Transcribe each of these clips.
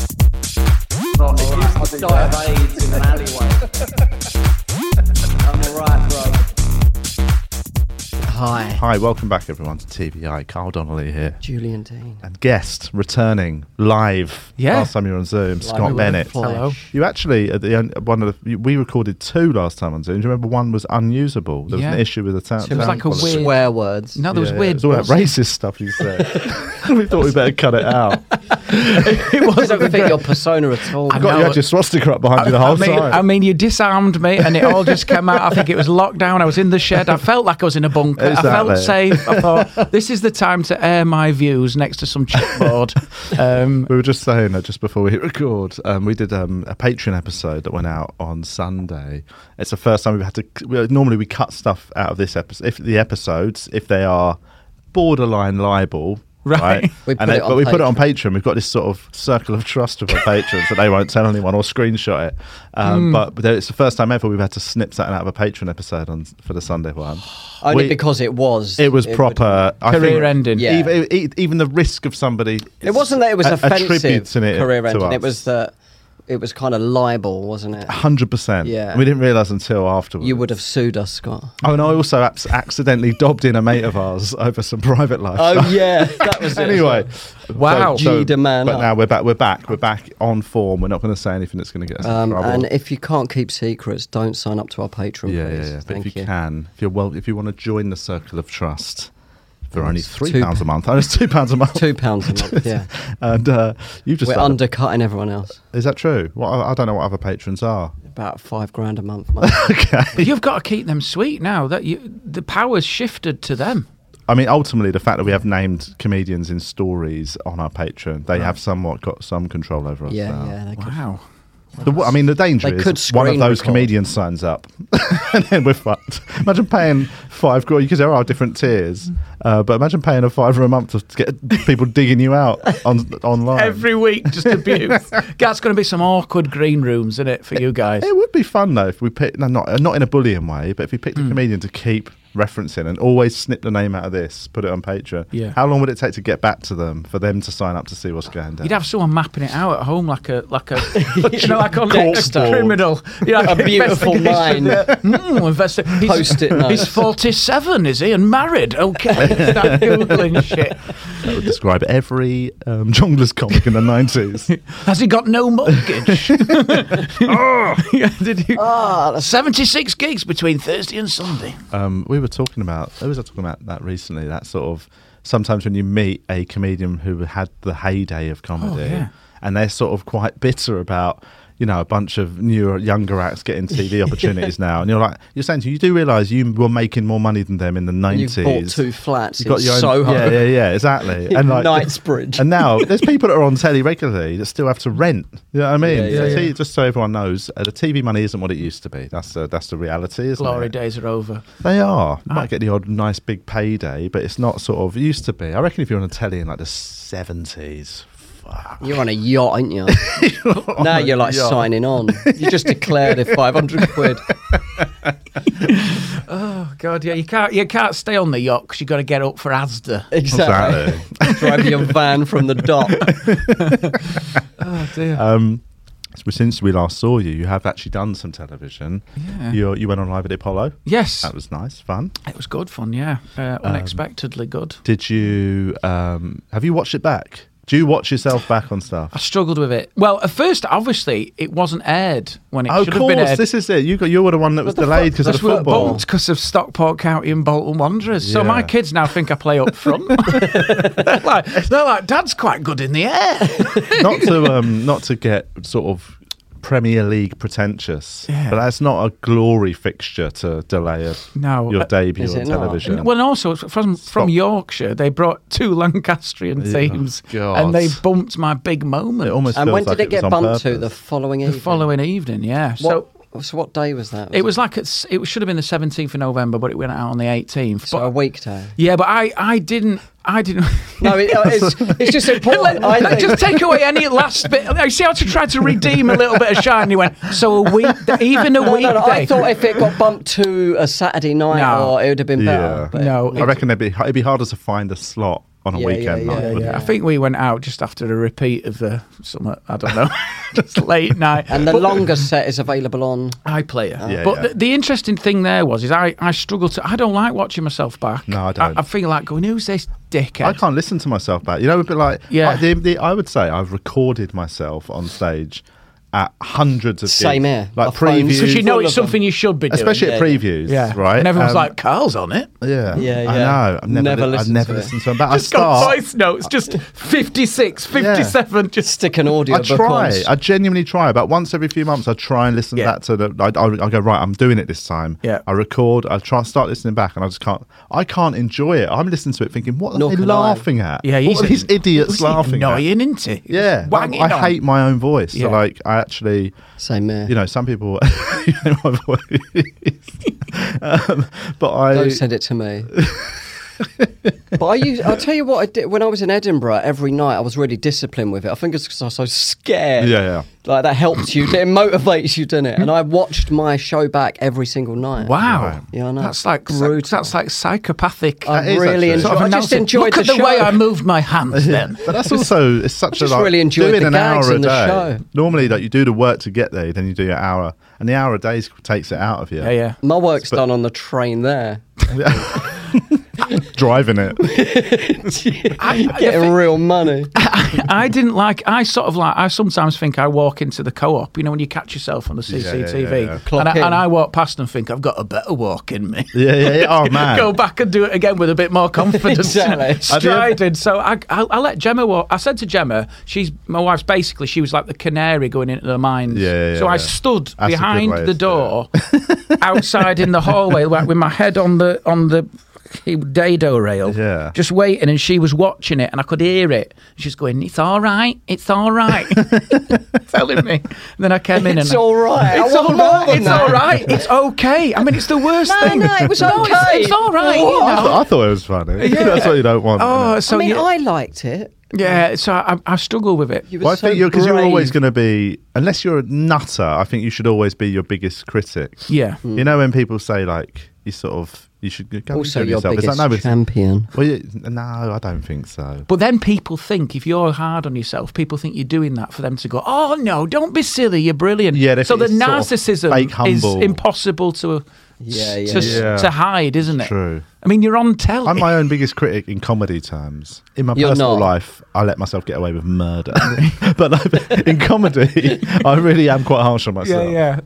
Right, if you could die of AIDS in an alleyway. I'm alright, bro. Hi, Hi, welcome back everyone to TBI. Carl Donnelly here. Julian Dean. And guest returning live Yeah. last time you were on Zoom, Scott in Bennett. the flesh. Hello. You actually at the end one of the we recorded two last time on Zoom. Do you remember one was unusable? There was Yeah. an issue with the ta- sound. it was like a quality. weird- Swear words. No, there was Yeah, weird. It was all that racist stuff you said. we thought we better cut it out. it I wasn't. don't fit your persona at all. I God, you No. had your swastika up behind you the I whole mean, time. I mean, you disarmed me, and it all just came out. I think it was lockdown. I was in the shed. I felt like I was in a bunker. I felt Exactly. safe. I thought this is the time to air my views next to some chipboard. Um, We were just saying that just before we hit record, um, we did um, a Patreon episode that went out on Sunday. It's the first time we've had to. We, normally, we cut stuff out of this episode. If the episodes, if they are borderline libel. Right. Right, We put and it on but we put it on Patreon. Patreon. We've got this sort of circle of trust with our patrons that they won't tell anyone or screenshot it. Hmm. Um, But there- it's the first time ever we've had to snip something out of a Patreon episode on for the Sunday one. Only We- because it was. it was would- proper I think- Career ending. Yeah. Even, e- even the risk of somebody. It wasn't that it was a- offensive. attributing it Career to ending. It us. was that it was kind of libel, wasn't it? Hundred percent. Yeah. We didn't realise until afterwards. You would have sued us, Scott. Oh, and I also abs- accidentally dobbed in a mate of ours over some private life. Oh stuff. yeah, that was it. Anyway, Wow. Gee, the man But up. now we're back. We're back. We're back on form. We're not going to say anything that's going to get us Um, in trouble. and if you can't keep secrets, don't sign up to our Patreon. yeah, yeah, yeah. please. But Thank if you, can, if you're well, if you want to join the circle of trust, for only three pounds a month. Oh, it's two pounds a month. Two pounds a month. Yeah, And uh, you've just we're started- undercutting everyone else. Is that true? Well, I, I don't know what other patrons are. About five grand a month. okay. you've got to keep them sweet now. That you, the power's shifted to them. I mean, ultimately, the fact that we have named comedians in stories on our Patreon, they have somewhat got some control over us. yeah, now. yeah. They could, Wow. The, I mean, the danger They is could one of screen those record. comedians signs up, and then we're fucked. Imagine paying five grand because there are different tiers, uh, but imagine paying a fiver a month to get people digging you out on online. Every week, just abuse. That's going to be some awkward green rooms, isn't it, for you guys? it would be fun though if we picked, no, not not in a bullying way, but if we picked a comedian to keep referencing and always snip the name out of this, put it on Patreon. Yeah. How long would it take to get back to them for them to sign up to see what's going down? You'd have someone mapping it out at home, like a like a you know, like on Corkboard. criminal, yeah, A beautiful investigation. mind. Mm, investi- he's, Post-it notes. He's forty-seven, is he, and married? Okay, Start googling shit. that would describe every um, jongler's comic in the 90s. Has he got no mortgage? oh, yeah, did he? Ah, that's Seventy-six gigs between Thursday and Sunday. Um, we were talking about, I was talking about that recently, that sort of sometimes when you meet a comedian who had the heyday Oh, of comedy yeah. and they're sort of quite bitter about, you know, a bunch of newer, younger acts getting TV opportunities now. And you're like, you're saying to you, you do realise you were making more money than them in the 90s. You bought two flats You've in Soho. Yeah, yeah, yeah, exactly. And like Knightsbridge. And now there's people that are on telly regularly that still have to rent. You know what I mean? Yeah, yeah, So yeah. see- Just so everyone knows, uh, the TV money isn't what it used to be. That's the that's the reality, isn't Glory it? days are over. They are. You Ah. might get the odd nice big payday, but it's not sort of it used to be. I reckon if you're on a telly in like the seventies, fuck. You're on a yacht, aren't you? now a you're like yacht. signing on. You just declared a 500 quid. Oh God, yeah, you can't you can't stay on the yacht because you got to get up for ASDA. Exactly. Drive your van from the dock. Oh dear. Um, so since we last saw you, you have actually done some television. Yeah. You you went on live at Apollo. yes, That was nice, fun. it was good fun. Yeah, uh, unexpectedly good. Did you um, have you watched it back? Do you watch yourself back on stuff? I struggled with it. Well, at first, obviously, it wasn't aired when it Oh, should of have been aired. course, this is it. You got you were the one that was delayed because of the That's what it football. bumped because of Stockport County and Bolton Wanderers. So Yeah. my kids now think I play up front. they're, like, they're like, Dad's quite good in the air. not to um, not to get sort of Premier League pretentious, Yeah. but that's not a glory fixture to delay a, No, your uh, debut Is on it not? television. Well, and also from from Yorkshire, they brought two Lancastrian Yeah. Oh, teams, God. and they bumped my big moment. It almost And when feels like did it get was on bumped to? purpose. The following the evening. following evening. Yeah, so What, so what day was that? it was like it's, it should have been the seventeenth of November, but it went out on the eighteenth. so a weekday. yeah, but I I didn't I didn't. No, it, uh, it's, it's just important. I Like, think. just take away any last bit. I see how to try to redeem a little bit of shine. He went so a week, even a No, weekday. no, no, I thought if it got bumped to a Saturday night, No. or it would have been Yeah. better. but- No, I reckon it'd be, it'd be harder to find a slot on a Yeah, yeah, weekend yeah, night. wouldn't Yeah, it? I think we went out just after a repeat of the summer. I don't know, just late night. And the But- longest set is available on. iPlayer. Yeah, but yeah. The, the interesting thing there was is I, I struggle to I don't like watching myself back. No, I don't. I, feel like going, who's this dickhead? I can't listen to myself back. You know, a bit like Yeah. I, the, the, I would say I've recorded myself on stage at hundreds of Same gigs. here. like Our phones. previews, Because you know All it's of them. something you should be doing. especially yeah, at yeah. previews, right? And everyone's Um, like, Carl's on it. Yeah, yeah, I yeah. know. I've never, Never li- I've listened to never it. listened to them, but Just I got start. voice notes, just 56, 57, just Stick an audio I try. I genuinely try. About once every few months, I try and listen Yeah. back to the. I, I, I go right. I'm doing it this time. Yeah. I record. I try start listening back, and I just can't. I can't enjoy it. I'm listening to it, thinking, what are Nor they can I. laughing at? Yeah, he's what are these idiots he's laughing at? Annoying, isn't he? Yeah, Wang it I, on. I hate my own voice. Yeah. So like, I actually, Same there. you know, some people, you know my voice. um, but I, Don't send it to me. but I used, I'll tell you what I did when I was in Edinburgh. Every night I was really disciplined with it. I think it's because I was so scared. Yeah, yeah. Like that helps you. it motivates you, doesn't it? And I watched my show back every single night. Wow. Yeah, I know. That's like Brutal. That's like psychopathic. I That is really actually- enjoyed. Sort I've I announced just it. enjoyed Look the at the show. way I moved my hands then. but that's also it's such I just a like, really enjoyed doing the an gags hour a in the day. show. Normally, that you do the work to get there, then you do your hour, and the hour a day takes it out of you. yeah, yeah. My work's done on the train there. driving it. Getting real money. I didn't like. I sort of like. I sometimes think I walk into the co-op. You know, when you catch yourself on the yeah, yeah, CCTV, yeah. Clock And, I, in. and I walk past and think I've got a better walk in me. Yeah, yeah, yeah. Oh man, Go back and do it again with a bit more confidence, Exactly. striding. So I, I, I let Gemma walk. I said to Gemma, she's my wife's. Basically, she was like the canary going into the mines. Yeah, yeah, so I yeah. stood a good behind way the of- door, outside in the hallway, like with my head on the on the dado rail. Yeah. just waiting, and she was watching it, and I could hear it. She's going, "It's all right, it's all right," telling me. And then I came in, It's and I- all right. I It's wasn't all right. born It's that. all right. It's okay. I mean, it's the worst No, thing. no, it was No, it's- okay. It's, all right. you I, know. thought, I thought it was funny. That's what you don't want. Oh, innit? so I mean, you- I liked it. yeah. So I, I struggle with it. You were Well, I so think you're because you're brave. always going to be, unless you're a nutter. I think you should always be your biggest critic. Yeah. You know when people say like you sort of you should go also and do your yourself. It's biggest like, no, but- champion. Well, you, no, I don't think so. But then people think if you're hard on yourself, people think you're doing that for them to go. Oh no, don't be silly. You're brilliant. Yeah, they So the think it's narcissism sort of fake is humble. impossible to Yeah, yeah, to, yeah. to hide, isn't it? True. I mean, you're on telly. I'm my own biggest critic in comedy terms. In my You're personal not. life, I let myself get away with murder. but like, in comedy, I really am quite harsh on myself. yeah,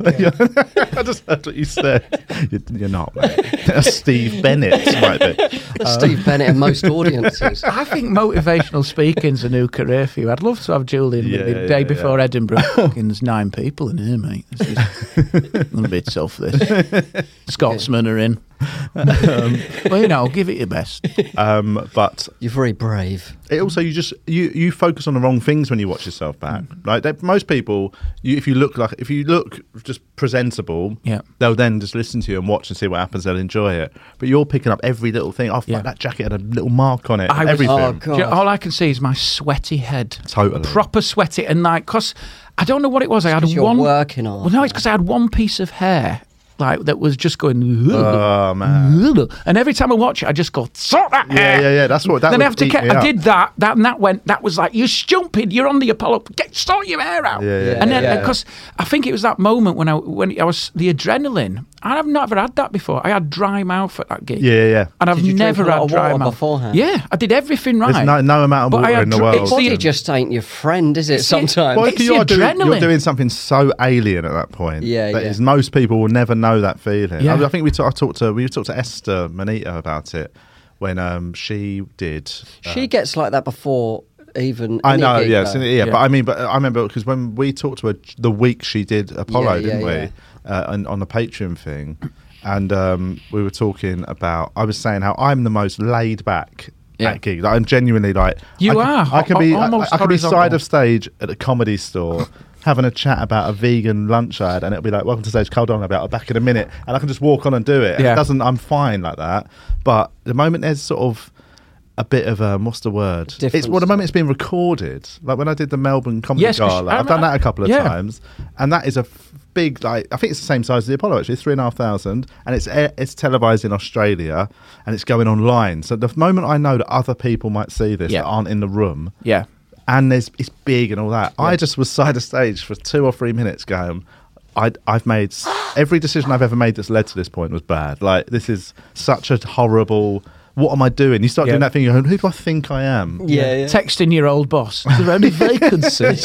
I just heard what you said. You're, you're not, mate. That's Steve Bennett might be. Steve Bennett in most audiences. I think motivational speaking's a new career for you. I'd love to have Julian with Yeah, me the yeah, day yeah. before Edinburgh. Fucking There's nine people in here, mate. This is, I'm going to be tough, this. Scotsmen are in. well, you know, give it your best. Um, but You're very brave. it also you just you you focus on the wrong things when you watch yourself back. Mm. Like that, most people, you, if you look like if you look just presentable, Yeah. they'll then just listen to you and watch and see what happens. They'll enjoy it. But you're picking up every little thing. Oh, fuck, Yeah. that jacket had a little mark on it. I was- everything. Oh, Do you know, God. all I can see is my sweaty head. Totally. Proper sweaty. And like, because I don't know what it was. I had 'cause you're one. working hard. Well, no, it's because I had one piece of hair. Like that was just going, Oh, man. and every time I watch it, I just go, sort that Yeah, hair. yeah, yeah. That's what that then would I have to eat get. me I up. did that. That and that went. That was like you're stupid. You're on the Apollo. Get sort your hair out. Yeah, yeah, and then yeah. because I think it was that moment when I when I was the adrenaline. I have never had that before. I had dry mouth at that gig. Yeah, yeah, yeah. And I've Did you drink never a lot had of dry water mouth beforehand? Yeah, I did everything right. There's no, no amount of But I water had in the dr- world. it's Body Often. just ain't your friend, is it? It's the- sometimes. Well, It's the you're, doing, adrenaline. you're doing something so alien at that point. Yeah, that yeah. is- most people will never know that feeling. Yeah. I, mean, I think we ta- I talked to we talked to Esther Manita about it when um, she did. she gets like that before even. I any know, gig, yes, though. yeah, yeah, Yeah. but I mean, but I remember because when we talked to her the week she did Yeah, Apollo, yeah, didn't we? yeah. Uh, and on the Patreon thing, and um, we were talking about. I was saying how I'm the most laid back Yeah. at gigs. Like, I'm genuinely like You I, are, I can be. al- I, almost I can be horizontal. side of stage at a comedy store. Having a chat about a vegan lunch ad, and it'll be like, "Welcome to stage, hold on, about will be back in a minute," and I can just walk on and do it. And Yeah. It doesn't. I'm fine like that. But the moment there's sort of a bit of um, what's the word? Difference. It's well, the moment it's being recorded. Like when I did the Melbourne Comedy Yes, 'cause Gala, I I've done remember- that a couple of yeah. times, and that is a f- big like. I think it's the same size as the Apollo actually, three and a half thousand, and it's air- it's televised in Australia and it's going online. So the moment I know that other people might see this Yeah. that aren't in the room, Yeah. and there's it's big and all that. I just was side of stage for two or three minutes going. I, I've made s- every decision I've ever made that's led to this point was bad. Like this is such a horrible. What am I doing? You start Yeah. doing that thing. You're going, who do I think I am? Yeah, yeah. Texting your old boss. Is there any vacancies?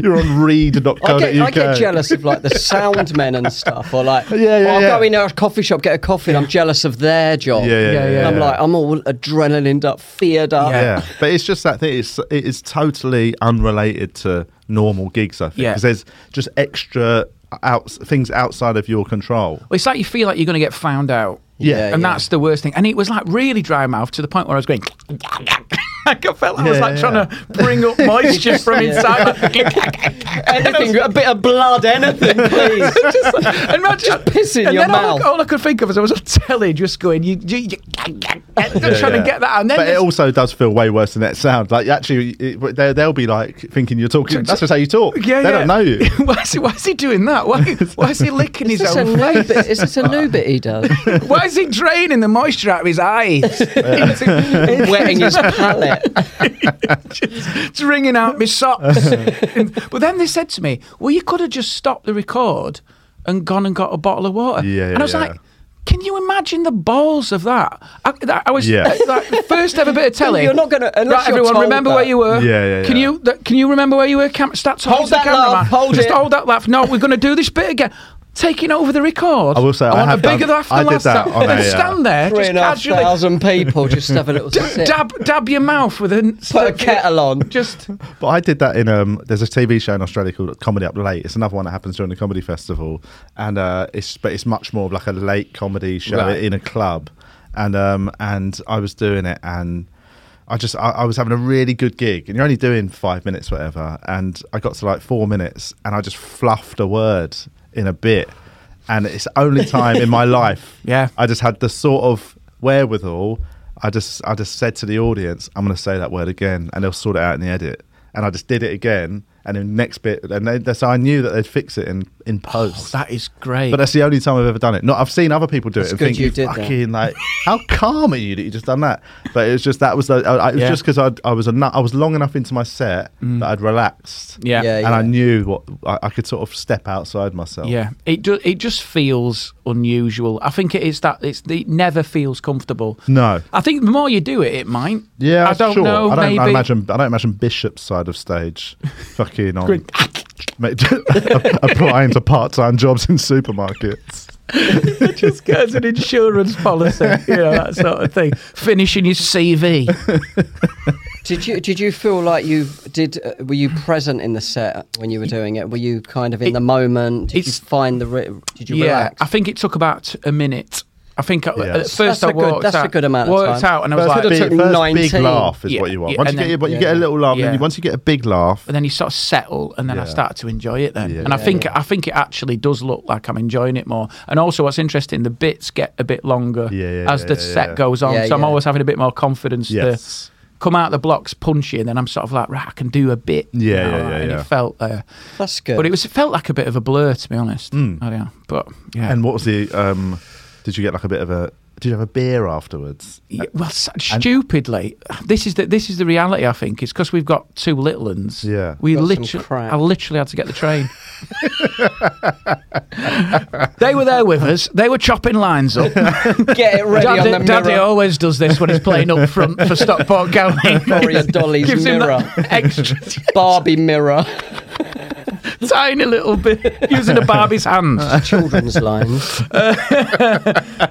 You're on read.co.uk. I get, I get jealous of like the sound men and stuff, or like, Yeah, yeah, oh, I'll yeah. go in a coffee shop, get a coffee, and I'm jealous of their job. Yeah, yeah, Yeah, yeah. yeah. yeah. I'm like, I'm all adrenaline up, feared up. Yeah. yeah, but it's just that thing. It's it is totally unrelated to normal gigs. I think Yeah. because there's just extra out things outside of your control. Well, it's like you feel like you're going to get found out. Yeah. and yeah. that's the worst thing. And it was like really dry mouth to the point where I was going. I felt like I was Yeah, like yeah, trying to bring up moisture from Yeah. inside. Anything, a bit of blood, anything, please. and I just piss in and your then all I- mouth. All, I could think of was I was on telly just going, you, you, you Yeah, trying to yeah. get that out. And then but it there's- also does feel way worse than that sound. Like actually, it, they, they'll be like thinking you're talking. That's just how you talk. yeah, they yeah. don't know you. why, is he, why is he doing that? Why, why is he licking Is his this, a own new face? bit, is this a new bit he does? Why is he draining the moisture out of his eyes? Into- Wetting his palate. it's wringing out my socks. but then they said to me, "Well, you could have just stopped the record and gone and got a bottle of water." Yeah, and I was yeah. like. Can you imagine the balls of that? I, that, I was uh, Yeah. like, the first ever bit of telly. You're not gonna- unless right, you're everyone told remember that. where you were. Yeah, yeah, Can yeah. you th- can you remember where you were? Cam- start talking Hold to the that laugh, cameraman. hold Just it. hold that laugh. No, we're going to do this bit again. Taking over the record. I will say, I want have a bigger done- laugh than I did last that time. on and a, uh, stand there, Three just and a half casually thousand people just have a little sip. dab dab your mouth with a Put a kettle on. Just But I did that in um. There's a TV show in Australia called Comedy Up Late. It's another one that happens during the comedy festival, and uh, it's but it's much more of like a late comedy show Right. in a club, and um and I was doing it and. I just I, I was having a really good gig, and you're only doing five minutes, whatever. And I got to like four minutes, and I just fluffed a word in a bit, and it's the only time in my life. Yeah. I just had the sort of wherewithal. I just I just said to the audience, I'm going to say that word again, and they'll sort it out in the edit. And I just did it again, and then next bit, and they, that's- I knew that they'd fix it in in Oh, post. that is great. but uh, that's the only time I've ever done it. Not I've seen other people do it and good think you you did that." fucking like how calm are you that you just done that. But it was just that was the, I, I- it was Yeah. just because I I was a nut, I was long enough into my set that I'd relaxed. yeah. Mm. Yeah, yeah. and I knew what I, I could sort of step outside myself. it do, it just feels unusual. I think it is that it's it never feels comfortable. No. I think the more you do it, it might. Yeah, I don't sure. know. I don't, maybe I imagine. I don't imagine Bishop's side of stage, fucking on, mate, applying to part-time jobs in supermarkets. just as an insurance policy, you know that sort of thing. Finishing your CV. Did you did you feel like you did? Uh, were you present in the set when you were doing it? Were you kind of in It- the moment? Did you it's- find the? Re- did you yeah, relax? I think it took about a minute. I think I, Yeah. at That's- first that's I a good- walked that's a out, good amount of worked time. out, and I was First like, it big, took first 19. big laugh is Yeah, what you want. yeah, once and you get, then- your- but you yeah. get a little laugh, and Yeah. then once you get a big laugh, and then you sort of settle, and then I Yeah. start to enjoy it. Then, Yeah. and I think I think it actually does look like I'm enjoying it more. And also, what's interesting, the bits get a bit longer Yeah, yeah, as yeah, the yeah, set yeah. goes on, Yeah, so I'm yeah. always having a bit more confidence Yes. to come out the blocks punchy, and then I'm sort of like, right, I can do a bit. you Yeah, know, yeah, like, yeah, And yeah. it felt there, that's good. but it was it felt like a bit of a blur, to be honest. Hmm. Oh, yeah, but yeah. and what was the? Um, did you get like a bit of a? Did you have a beer afterwards? Yeah, well, s- stupidly, this is the this is the reality. I think it's because we've got two little ones. Yeah. we Got some literally, crap. I literally had to get the train. they were there with us. They were chopping lines up. Get it ready Daddy, on the Daddy mirror. always does this when he's playing up front for Stockport County. Gloria Dolly's Gives him mirror. that extra. Barbie mirror. tiny little bit using a Barbie's hands. Children's lines.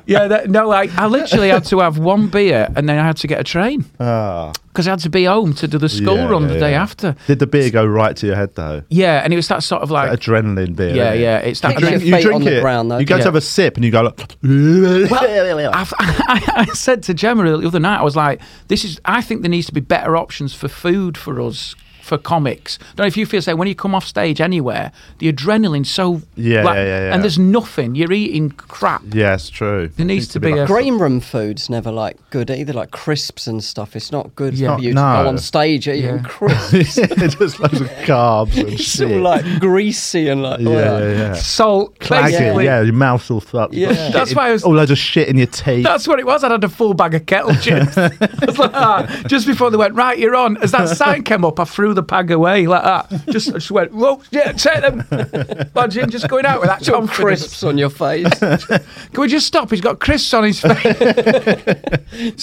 Yeah, that, no, I, I literally had to have one beer and then I had to get a train Ah, because I had to be home to do the school yeah, run yeah, the day yeah. after. Did the beer go right to your head though? Yeah, and it was that sort of like, Adrenaline beer. yeah, innit? yeah, it's that. And then Picture drink- Fate on the ground, though. you go Yeah. to have a sip and you go like. I've, I, I said to Gemma the other night, I was like, "This is. I think there needs to be better options for food for us." For comics, don't know if you feel say when you come off stage anywhere, the adrenaline's so Yeah, yeah, yeah, yeah. and there's nothing. You're eating crap. yeah, it's true. There needs to be a- Green room food's never like good either, like crisps and stuff. It's not good Yeah. for you to No. go on stage eating Yeah. crisps. just loads of carbs and It's shit. all like greasy and like oh, yeah, all that. yeah, yeah. Salt, Clagging, basically. yeah, your mouth all th- Yeah. shit That's in- why I was- all loads of shit in your teeth. That's what it was. I had a full bag of kettle chips. I was like, ah, just before they went, right, you're on. As that sign came up, I threw the bag away like that. Just, I just went, whoa, yeah, take them. Imagine just going out with that Got confidence. crisps on your face, Can we just stop? He's got crisps on his face.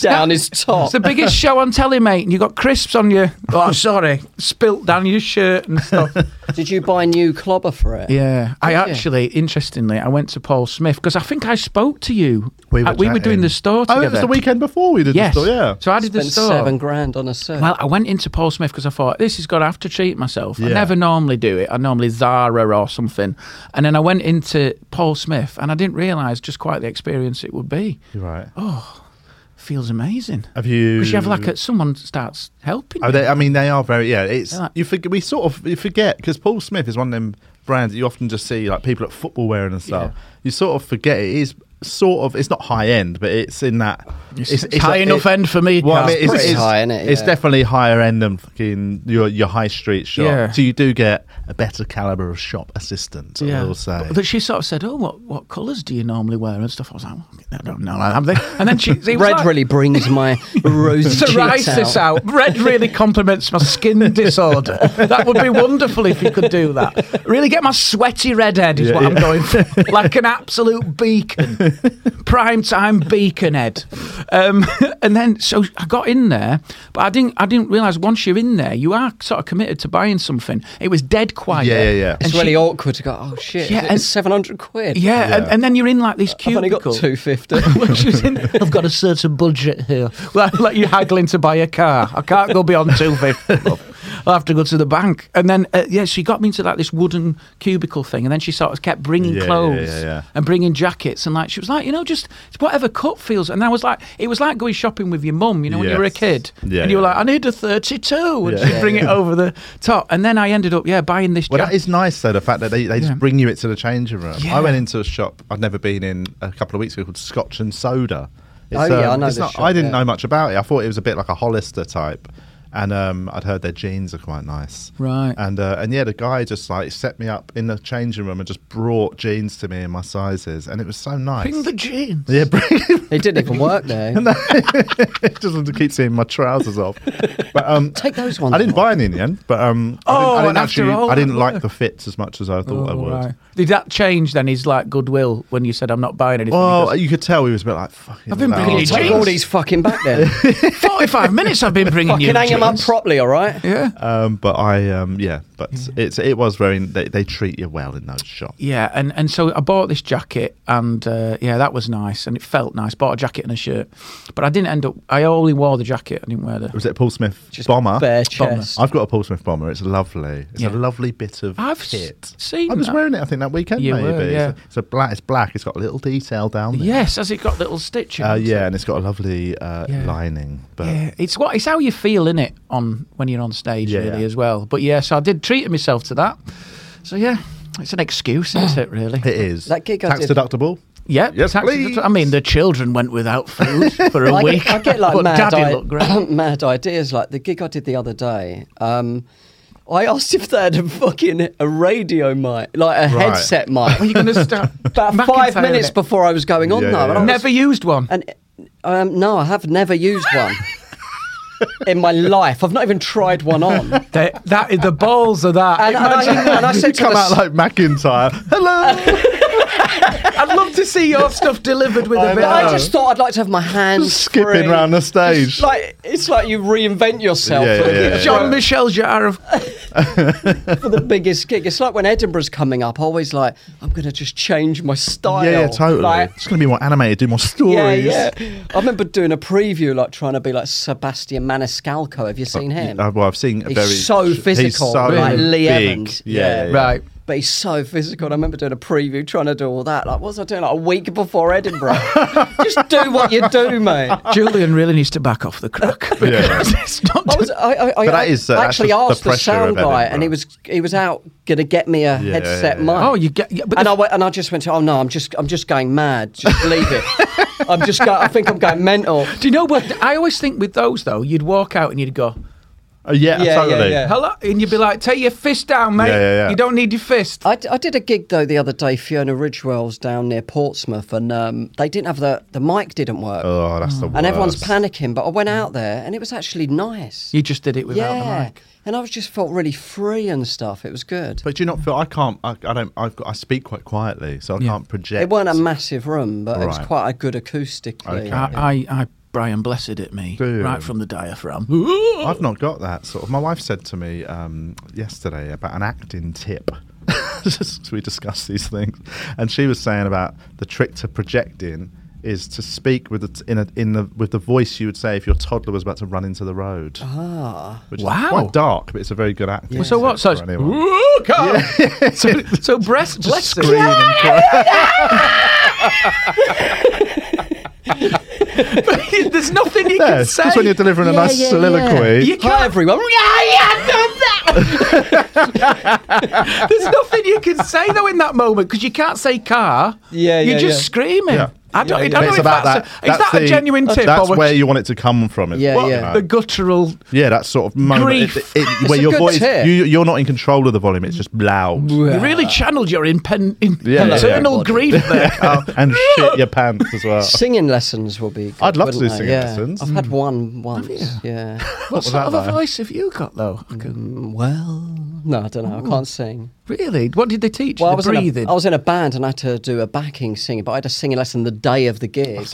down his top. It's the biggest show on telly, mate, and you got crisps on your. Oh, sorry, spilt down your shirt and stuff. Did you buy new clobber for it? Yeah, I Did you? actually, interestingly, I went to Paul Smith because I think I spoke to you. Uh, doing chatting. the store together. Oh, it was the weekend before we did Yes. the store. Yeah. So I did the Spent store. seven grand on a set. Well, I went into Paul Smith because I thought this has got to have to treat myself. I Yeah. never normally do it. I normally Zara or something, and then I went into Paul Smith and I didn't realise just quite the experience it would be. You're right. Feels amazing. Have you? Because Oh, you have like a, someone starts helping. Oh, you. they, I mean, they are very yeah. It's Yeah. you forget. We sort of you forget because Paul Smith is one of them brands that you often just see like people at football wearing and stuff. Yeah. You sort of forget it is sort of it's not high end, but it's in that It's high enough end for me, Well, I Carl. mean, It's pretty high, innit? it's Yeah. definitely higher end than fucking your your high street shop. Yeah. So you do get a better caliber of shop assistant. I will say. But, but she sort of said, "Oh, what what colours do you normally wear and stuff?" I was like, well, "I don't know." I'm thinking- And then she, it was Red like, really brings my rosy cheeks psoriasis out. out. Red really complements my skin disorder. That would be wonderful if you could do that. Really get my sweaty redhead is Yeah, what I'm yeah. going for. Like an absolute beacon. Prime time beacon head. Um, and then so I got in there, but I didn't I didn't realise once you're in there, you are sort of committed to buying something. It was dead quiet. Yeah, yeah, yeah. It's And really she- awkward to go. Oh shit! Yeah, Yeah, and- it's seven hundred quid. yeah, And, Yeah. and then you're in like these I've only cubicles. got two fifty. Well, she's in, I've got a certain budget here. Like, like you haggling to buy a car. I can't go beyond two fifty. I'll have to go to the bank. And then, uh, yeah, she got me into like this wooden cubicle thing. And then she sort of kept bringing Yeah, yeah, clothes yeah, yeah. and bringing jackets. And like, she was like, you know, just whatever cut feels. And I was like, it was like going shopping with your mum, you know, when you were a Yes. kid. Yeah, and you were yeah. like, I need a 32. And Yeah. she'd bring it over the top. And then I ended up, yeah, buying this Well, jacket. that is nice though. The fact that they, they Yeah. just bring you it to the changing room. Yeah. I went into a shop I'd never been in a couple of weeks ago called Scotch and Soda. Oh, yeah, I know it's this shop, I didn't yeah. know much about it. I thought it was a bit like a Hollister type, and um, I'd heard their jeans are quite nice. Right. And uh, and yeah, the guy just like set me up in the changing room and just brought jeans to me in my sizes, and it was so nice. Bring the jeans. yeah, bring It didn't even work there. just want to keep seeing my trousers off. But um, Take those ones I didn't off. buy any in the end. But um, Oh, I didn't, I and didn't after actually. all I didn't that like work. the fits as much as I thought I Oh, would. right. Did that change then his like goodwill when you said I'm not buying anything? Well, Because- you could tell he was a bit like fucking. I've been hell, bringing you it's Take like- jeans. all these fucking back then. 45 minutes I've been bringing you. fucking hang them up jeans. properly, all right? Yeah. Um, but I um, yeah, but it's it was very. They, they treat you well in those shops. Mm-hmm. Yeah, and, and so I bought this jacket, and uh, yeah, that was nice, and it felt nice. Bought a jacket and a shirt, but I didn't end up. I only wore the jacket. I didn't wear the. Was it Paul Smith bomber? Bare chest. I've got a Paul Smith bomber. It's lovely. It's Yeah. a lovely bit of I've s- kit. seen I was that. wearing it. I think that weekend You were, maybe. It's a- yeah. It's, a, black. It's black. It's got a little detail down there. Yes, has it got little stitching? Uh, yeah, and it's got a lovely uh, Yeah. lining. But Yeah, it's what it's how you feel in it on when you're on stage Yeah, really yeah. as well. But yeah, so I did treat myself to that. So yeah, it's an excuse, isn't it? Really? It is. That gig I Tax did- deductible. Yeah. Yes, taxi- please. I mean, the children went without food for a I week. Get, I get like but mad, Daddy i- looked great. mad ideas. Like the gig I did the other day. Um, I asked if they had a fucking a radio mic, like a Right. headset mic. Are you going to start? About five McIntyre minutes it? before I was going on, Yeah, though. yeah, and I yeah. was- Never used one. And um, no, I have never used one in my life. I've not even tried one on. And, They- that is the balls of that. and I, and I said to Come the out s- like McIntyre. Hello. I'd love to see your stuff delivered with a I bit. know. of- I just thought I'd like to have my hands Skipping free. round the It's stage. like it's like you reinvent yourself. Yeah, yeah, yeah, yeah. John Michel Jarre of for the biggest gig. It's like when Edinburgh's coming up, always like, I'm going to just change my style. yeah, yeah, totally. Like, it's going to be more animated, do more yeah, stories. yeah. I remember doing a preview, like trying to be like Sebastian Maniscalco. Have you seen him? Uh, well, I've seen a He's very so he's physical, so like Lee big. Evans. Yeah, Yeah. yeah. Right. but he's so physical. And I remember doing a preview, trying to do all that. Like, what was I doing? Like a week before Edinburgh. just do what you do, mate. Julian really needs to back off the crack because it's not. I was, I, I, I, But that is, uh, I that's actually just the asked the, pressure of sound guy, Edinburgh. and he was he was out gonna get me a yeah, headset yeah. mic. oh, you get. Yeah, but and the- I went, and I just went, oh no, I'm just I'm just going mad. Just leave it. I'm just go, I think I'm going mental. do you know what? I always think with those though, you'd walk out and you'd go, Uh, yeah, Yeah, yeah, totally. yeah. "Hello," and you'd be like, "Take your fist down, mate. Yeah, yeah, yeah. You don't need your fist." I, d- I did a gig though the other day, Fiona Ridgewell's down near Portsmouth, and um, they didn't have the the mic didn't work, Oh, that's the worst. and everyone's panicking. But I went out there, and it was actually nice. you just did it without the yeah, mic. and I was just felt really free and stuff. It was good. But do you not feel I can't? I, I don't. I've got. I speak quite quietly, so I Yeah. can't project. It weren't a massive room, but it was Right. quite a good acoustically. Okay. Uh, I, I, I Brian blessed it me Do you? right from the diaphragm. I've not got that sort of. My wife said to me um, yesterday about an acting tip. Just- we discuss these things, and she was saying about the trick to projecting is to speak with the t- in a, in the with the voice you would say if your toddler was about to run into the road. Ah, which Wow. is quite dark, but it's a very good acting. So tip what? So, for it's, anyone. "Ooh, come on." so, so breast blessed. Scream and cry. There's nothing you Yeah, can it's say. just when you're delivering a Yeah, nice yeah, yeah. soliloquy. You Hi can't, everyone. there's nothing you can say though in that moment because you can't say car. Yeah, you're yeah, just yeah. screaming. Yeah. I don't, I But don't know it's if about that's, that. a, is that's that a the- genuine tip? That's or where you want it to come from. is Yeah, what- yeah. the guttural. Yeah, that sort of moment Grief. it- it- It's where a your good voice tip. you, you're not in control of the volume. It's just loud You really channeled your impen, in, Yeah, yeah, internal yeah. grief there. Carl. and uh, shit your pants as well. Singing lessons will be. Good, I'd love to do wouldn't they? singing Yeah. lessons. Mm. I've had one once. Yeah. what was sort that of a like? voice have you got though? I can- well, no, I don't know. Oh. I can't sing. Really? What did they teach? Well, I you? The was breathing. in a, I was in a band and I had to do a backing singing, but I had a singing lesson the day of the gig.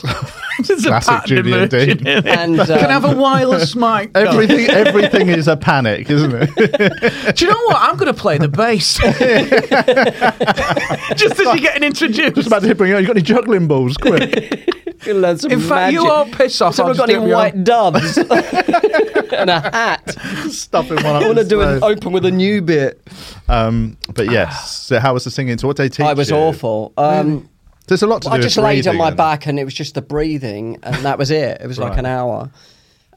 There's a Classic pattern Julian emerging. Dean. and um, Can I have a wireless mic? Carl? Everything, everything is a panic, isn't it? Do you know what? I'm going to play the bass. Just as you're getting introduced. Just about to hit bring you. You got any juggling balls? Quick! you learn some In fact, you magic. all piss off. So I'll we've got just any do it white doves and a hat. Stuffing one up. I want to his do an throat. open with a new bit. Um, but yes. So how was the singing? So what they teach? I was you? awful. Um, There's a lot to I do. just with laid on breathing my and- back and it was just the breathing and that was it. It was like Right. an hour.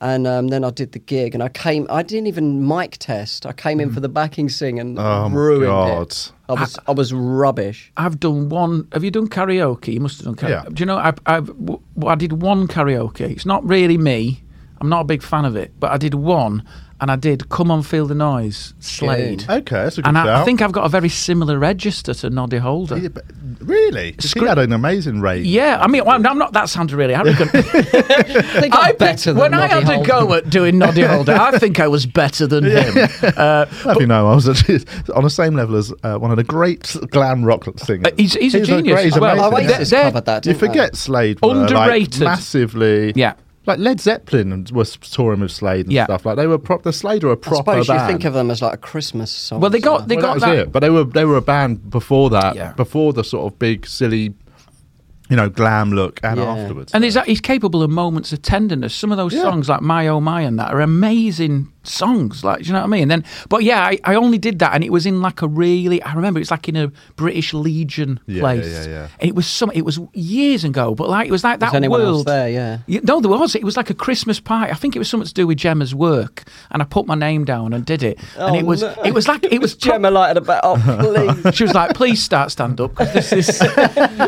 And um, then I did the gig and I came, I didn't even mic test. I came in for the backing sing and Mm. Oh, my ruined God. it. I was, I was rubbish. I've done one. Have you done karaoke? You must have done karaoke. Yeah. Do you know? I've, I've w- I did one karaoke. It's not really me. I'm not a big fan of it, but I did one, and I did "Come on, Feel the Noise" Slade. Shame. Okay, that's a good And I, I shout. think I've got a very similar register to Noddy Holder. Yeah, but really, 'Cause he Scr- had an amazing rate. Yeah, I mean, well, I'm not. That sounds really arrogant. I think I I'm picked- better than when I had Noddy to go at doing Noddy Holder, I think I was better than him. Uh, I don't know. I was actually on the same level as uh, one of the great glam rock singers. Uh, he's- he's a genius. great- he's Well, amazing. I Holder. like Yeah. that. Oasis They're- covered that, You didn't they? forget Slade were like Underrated. massively. Yeah. Like Led Zeppelin and was touring with Slade and Yeah. stuff. Like they were prop. The Slade were a I proper suppose you band. think of them as like a Christmas song. Well, they got- they Well, got was that- it. But they were they were a band before that. Yeah. Before the sort of big silly, you know, glam look and Yeah. afterwards. And he's, he's capable of moments of tenderness. Some of those Yeah. songs, like My Oh My and that, are amazing songs. Like, do you know what I mean? And then, but yeah, I, I only did that, and it was in like a really. I remember it's like in a British Legion Yeah, yeah, place. yeah, yeah. And it was some. It was years ago, but like it was like that anyone else world there? Yeah. You- no, there was. It was like a Christmas party. I think it was something to do with Gemma's work, and I put my name down and did it. and Oh, it was. no. It was like it was. pro- Gemma lighted about. Oh, please. she was like, "Please start stand up. 'cause This is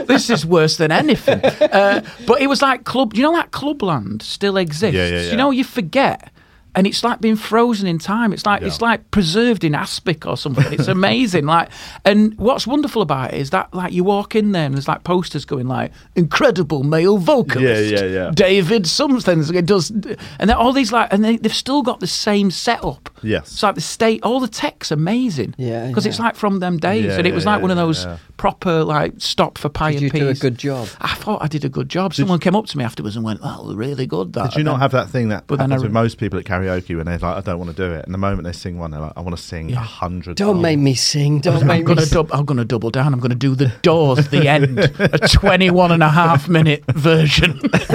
this is worse than anything." Uh, but it was like club. You know, like Clubland still exists. Yeah, yeah, yeah. You know, you forget, and it's like being frozen in time. It's like it's Yeah. like preserved in aspic or something. It's amazing. like, and what's wonderful about it is that like you walk in there and there's like posters going like incredible male vocalist. Yeah, yeah, yeah. David something it does, and then all these like, and they, they've still got the same setup. Yes. it's like the state. All the tech's amazing. Yeah, because it's yeah. like from them days, Yeah, and it was yeah, like one of yeah, those yeah. proper like stop for pie Did and you do a peas. good job? I thought I did a good job. Someone came up to me afterwards and went, "That was really good." That Did you not have that thing that But but then happens I- with most people at karaoke karaoke when they're like, I don't want to do it. And the moment they sing one, they're like, I want to sing a Yeah. hundred. Don't make me sing. Don't I'm make me gonna, sing. dub- I'm gonna double down. I'm gonna do the doors, the end, a 21 and a half minute version.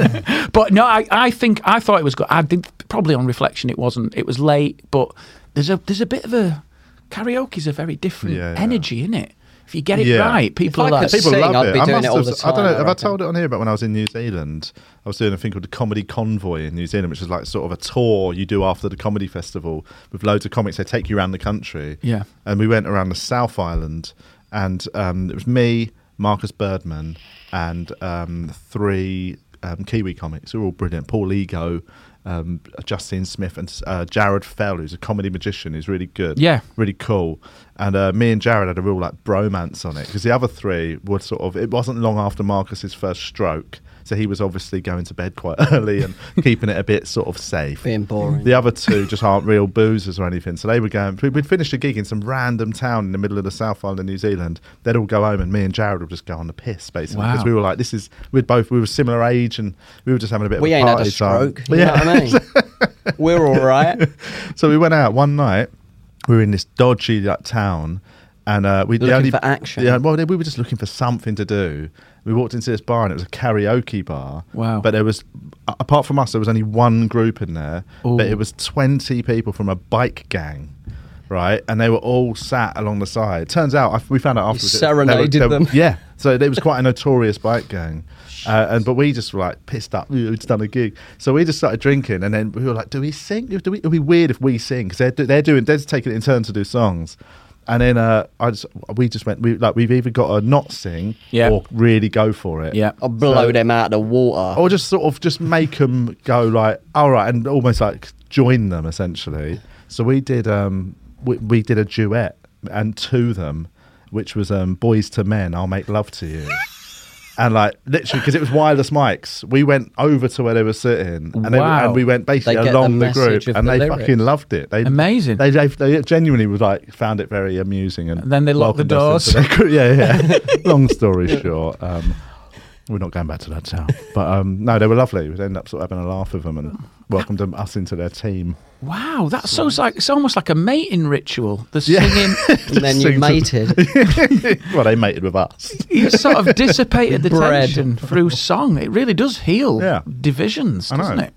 but no, I, I think I thought it was good. I did probably on reflection, it wasn't. It was late, but there's a there's a bit of a karaoke's a very different Yeah, yeah. energy in it. If you get it Yeah. right, people If are I like, People Sing, love I'd it. be I doing must it all have- the I don't time, know. I have I reckon. told it on here about when I was in New Zealand? I was doing a thing called the Comedy Convoy in New Zealand, which is like sort of a tour you do after the comedy festival with loads of comics. They take you around the country. Yeah. And we went around the South Island, and um, it was me, Marcus Birdman, and um, three um, Kiwi comics who were all brilliant. Paul Ego. Um, Justine Smith and uh, Jared Fell, who's a comedy magician, who's really good Yeah. really cool. And uh, me and Jared had a real like bromance on it because the other three were sort of. It wasn't long after Marcus's first stroke, so he was obviously going to bed quite early and keeping it a bit sort of safe. Being boring. The other two just aren't real boozers or anything. So they were going. we- We'd finished a gig in some random town in the middle of the South Island of New Zealand. They'd all go home, and me and Jared would just go on the piss basically because Wow. we were like, "This is." We'd both we were similar age, and we were just having a bit We of a ain't had party a stroke. time. You know what I mean? We're all right. So we went out one night. We were in this dodgy like, town, and uh, we Looking for action. Yeah, well, we were just looking for something to do. We walked into this bar, and it was a karaoke bar. Wow. But there was, a- apart from us, there was only one group in there. But Ooh. it was twenty people from a bike gang. Right, and they were all sat along the side. Turns out, I- we found out afterwards. it- they were- serenaded they were- them. Yeah, so it was quite a notorious bike gang, uh, and but we just were like pissed up. We'd done a gig, so we just started drinking, and then we were like, "Do we sing? Do we? It'd be weird if we sing because they're do- they're doing they're just taking it in turn to do songs." And then uh, I just we just went we like we've either got to not sing Yeah. or really go for it, Yeah. I'll blow So- them out of the water. or just sort of just make them go like all right and almost like join them essentially so we did um we, we did a duet and to them which was um boys to men i'll make love to you and like literally because it was wireless mics we went over to where they were sitting and, they, Wow. and we went basically They get the along the, message group of and the they lyrics. fucking loved it they Amazing. they, they, they genuinely was like found it very amusing and, And then they locked the welcomed us doors. into their group. yeah yeah long story short um we're not going back to that town. But um, no, they were lovely. We'd end up sort of having a laugh with them and welcomed them, us into their team. wow, that sounds like it's almost like a mating ritual. The Yeah. singing, and then sing you to- mated. Well, they mated with us. you sort of dissipated the Bread. tension through song. It really does heal Yeah. divisions, I know. doesn't it?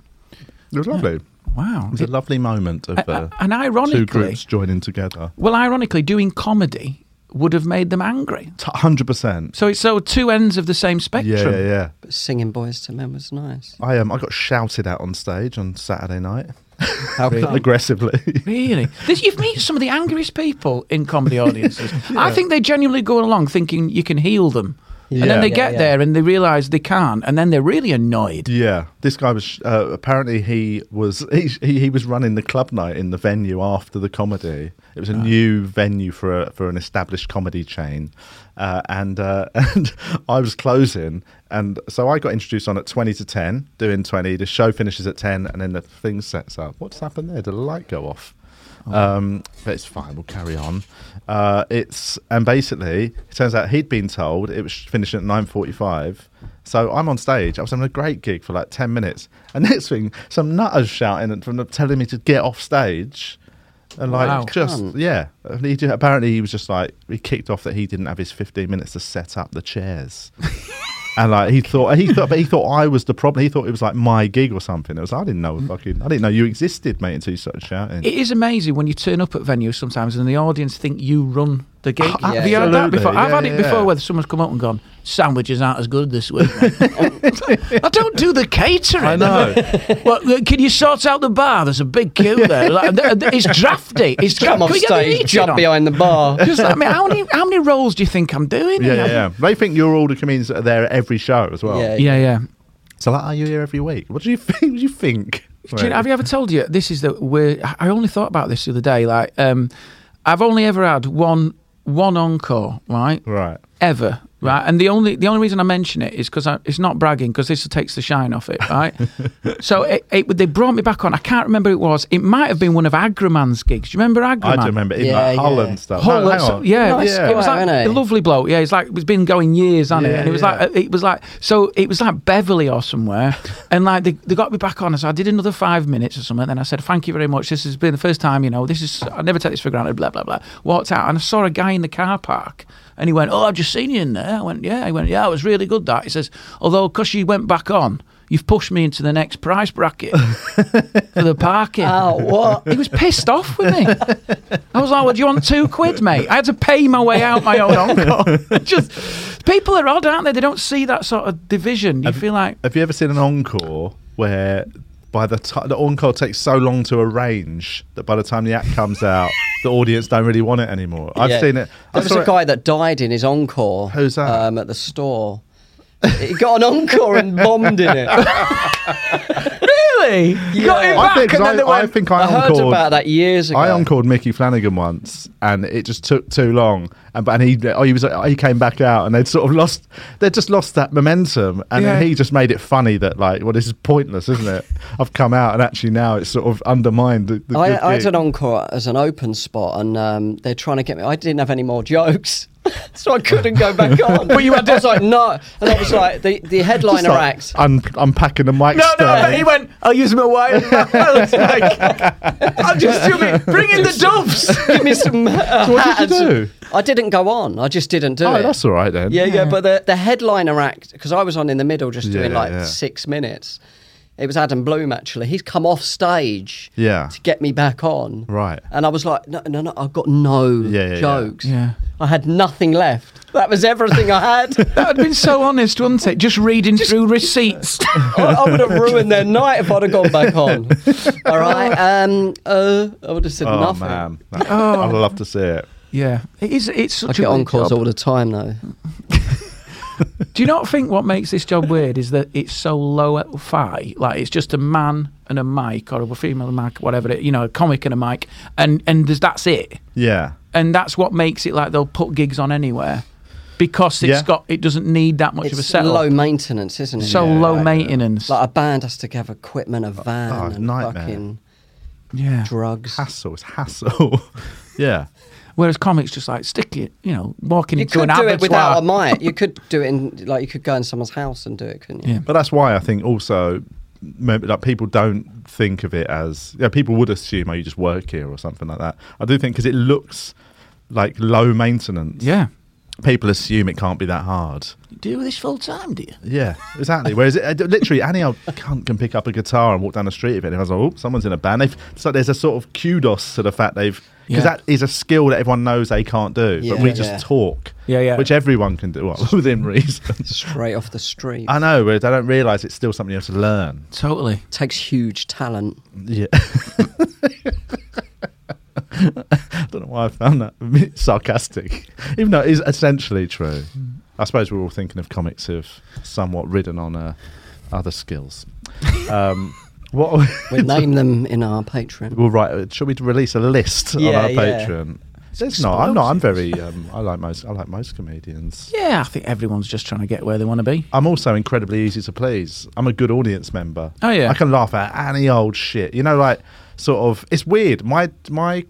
It was lovely. Wow. It was a It- lovely moment of uh, and ironically, two groups joining together. well, ironically, doing comedy would have made them angry. Hundred percent. So it's so two ends of the same spectrum. Yeah, yeah, yeah. But singing Boys to Men was nice. I um, I got shouted at on stage on Saturday night How come? aggressively. Really? This, you've met some of the angriest people in comedy audiences. I think they genuinely go along thinking you can heal them. And Yeah. then they Yeah, get yeah. there and they realise they can't. And then they're really annoyed. Yeah, this guy was uh, apparently he was he, he he was running the club night in the venue after the comedy. It was a new venue for a, for an established comedy chain, uh, and uh, and I was closing, and so I got introduced on at twenty to ten, doing twenty. The show finishes at ten, and then the thing sets up. What's happened there? Did the light go off? Um, but it's fine. We'll carry on. Uh, it's and basically, it turns out he'd been told it was finishing at nine forty-five. So I'm on stage. I was having a great gig for like ten minutes, and next thing, some nutters shouting and from telling me to get off stage, and like Wow. just Cunt. yeah. And he ju- apparently, he was just like he kicked off that he didn't have his fifteen minutes to set up the chairs. And like he thought, he thought, but he thought I was the problem. He thought it was like my gig or something. It was I didn't know fucking, I didn't know you existed, mate. Until you started shouting. It is amazing when you turn up at venues sometimes and the audience think you run the gig. Oh, Have you had that absolutely. before? I've Yeah, had it yeah, before yeah. where someone's come up and gone, sandwiches aren't as good this week. I don't do the catering. I know. well, look, can you sort out the bar? There's a big queue there. Like, th- th- it's drafty. It's drafty. Come Can off we get the stage, heating jump on? behind the bar. Just, I mean, how many how many roles do you think I'm doing? Yeah, yeah, here? yeah. They think you're all the comedians that are there at every show as well. Yeah. yeah, yeah. So like, are you here every week? What do you think? What do you think? Do you know, have you ever told you this is the we're? I only thought about this the other day. Like, um, I've only ever had one one encore, right? right. Ever, right? And the only the only reason I mention it is because it's not bragging because this takes the shine off it, right? so it, it, they brought me back on. I can't remember who it was. It might have been one of Agraman's gigs. Do you remember Agraman? I do remember in Yeah, like yeah. Holland stuff. Whole Hang lot- so- on. yeah, Nice it was guy, like innit? a lovely bloke. Yeah, he's like it's been going years, hasn't it? Yeah, And it was yeah. like it was like so it was like Beverly or somewhere, and like they, they got me back on. So I did another five minutes or something. Then I said thank you very much. This has been the first time, you know. This is I never take this for granted. Blah blah blah. Walked out and I saw a guy in the car park. And he went, Oh, I've just seen you in there. I went, Yeah. He went, Yeah, it was really good that. He says, Although, because you went back on, you've pushed me into the next price bracket for the parking. Oh, what? He was pissed off with me. I was like, "Well, do you want two quid, mate?" I had to pay my way out my own encore. Just people are odd, aren't they? They don't see that sort of division. You feel like Have you ever seen an encore where by the time the encore takes so long to arrange that by the time the act comes out, the audience don't really want it anymore? I've Yeah. seen it. I There was saw a it- guy that died in his encore. Who's that? Um, at the store. he got an encore and bombed in it. really, you got Yeah. him I back, think, and then I, they I went. think I I, heard encored. about that years ago. I encored Mickey Flanagan once, and it just took too long. And but and he oh, he was he came back out, and they'd sort of lost they'd just lost that momentum, and Yeah. then he just made it funny that like well this is pointless, isn't it? I've come out, and actually now it's sort of undermined. The, the good I, I gig. had an encore as an open spot, and um, they're trying to get me. I didn't have any more jokes, so I couldn't go back on. but you had, I was like, no, and I was like, the the Just headliner like act. un- unpacking the mic. No, no, stand. but he went. I'll use my wire. I'll just do it. Bring in the doves. Give me some. Uh, So what did hat you and some- do? I didn't go on. I just didn't do Oh, it. that's all right then. Yeah, yeah, but the, the headliner act, because I was on in the middle just doing Yeah, like yeah. six minutes. It was Adam Bloom actually. He's come off stage Yeah. to get me back on. Right. And I was like, no, no, no, I've got no Yeah, yeah, yeah. jokes. Yeah. I had nothing left. That was everything I had. That would have been so honest, wouldn't it? Just reading through receipts. I, I would have ruined their night if I'd have gone back on. All right. Um, uh, I would have said Oh nothing. man, That- I'd love to see it. yeah, it is. It's I such get a weird encores job. all the time though. Do you not think what makes this job weird is that it's so low fi? Like it's just a man and a mic, or a female and a mic, whatever it. You know, a comic and a mic, and and there's, that's it. Yeah. And that's what makes it like they'll put gigs on anywhere because it's Yeah. got it doesn't need that much of a It's setup. low maintenance, isn't it? so Yeah, low yeah. maintenance. Like a band has to have equipment, a van, oh, and nightmare. fucking yeah. drugs. Hassle. It's hassle. yeah. Whereas comics just like stick it. You know, walking You into could an do abattoir. it without a mic. You could do it in like you could go in someone's house and do it, couldn't you? Yeah. But that's why I think also maybe like people don't think of it as yeah people would assume oh you just work here or something like that. I do think because it looks like low maintenance. yeah. People assume it can't be that hard. You do this full time, do you? Yeah, exactly. Whereas it, uh, literally any old cunt can pick up a guitar and walk down the street of it. And everyone's like, oh, someone's in a band. They've, it's like there's a sort of kudos to the fact they've Yeah. because that is a skill that everyone knows they can't do, Yeah, but we just yeah. talk. Yeah, yeah. Which everyone can do well, within reason. Straight off the street. I know, whereas they don't realise it's still something you have to learn. Totally. Takes huge talent. Yeah. I don't know why I found that a bit sarcastic, even though it is essentially true. I suppose we're all thinking of comics who've somewhat ridden on uh, other skills. Um, what We name them in our Patreon. we'll write? uh, Shall we release a list on Yeah, our yeah. Patreon? It's not. I'm not. I'm very. Um, I like most. I like most comedians. Yeah, I think everyone's just trying to get where they want to be. I'm also incredibly easy to please. I'm a good audience member. Oh, yeah. I can laugh at any old shit. You know, like sort of. It's weird. My my,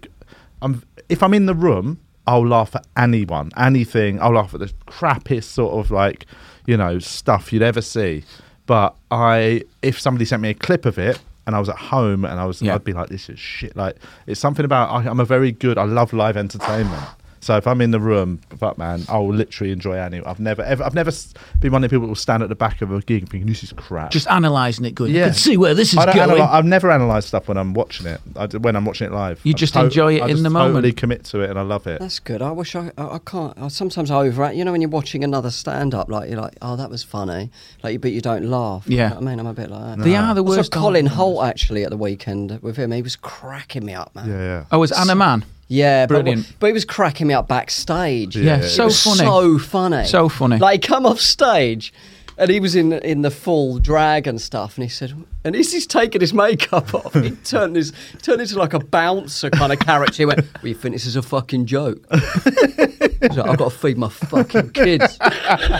I'm if I'm in the room, I'll laugh at anyone, anything. I'll laugh at the crappiest sort of like, you know, stuff you'd ever see. But I, if somebody sent me a clip of it. And I was at home, and I was. Yeah. I'd be like, "This is shit." Like, it's something about. I, I'm a very good. I love live entertainment. So if I'm in the room, fuck man, I will literally enjoy any. I've never ever, I've never s- been one of the people that will stand at the back of a gig and think this is crap. Just analysing it good. You Yeah. can see where this is I don't going. analy- I've never analysed stuff when I'm watching it. I d when I'm watching it live, I You just enjoy it I in just the totally moment. commit to it, and I love it. That's good. I wish I, I, I can't. I, sometimes I overact. You know when you're watching another stand-up, like you're like, oh, that was funny, like you, but you don't laugh. You Yeah. know what I mean, I'm a bit like that. They are the I worst saw Colin comics. Holt actually at the weekend with him. He was cracking me up, man. yeah, yeah. Oh, is Anna Man? Yeah, Brilliant. But, but he was cracking me up backstage. Yeah, Yeah. so It was funny. So funny. So funny. Like he come off stage and he was in in the full drag and stuff and he said and as he's taking his makeup off, he turned his turned into like a bouncer kind of character. He went, Well you think this is a fucking joke? He's like, I've got to feed my fucking kids. so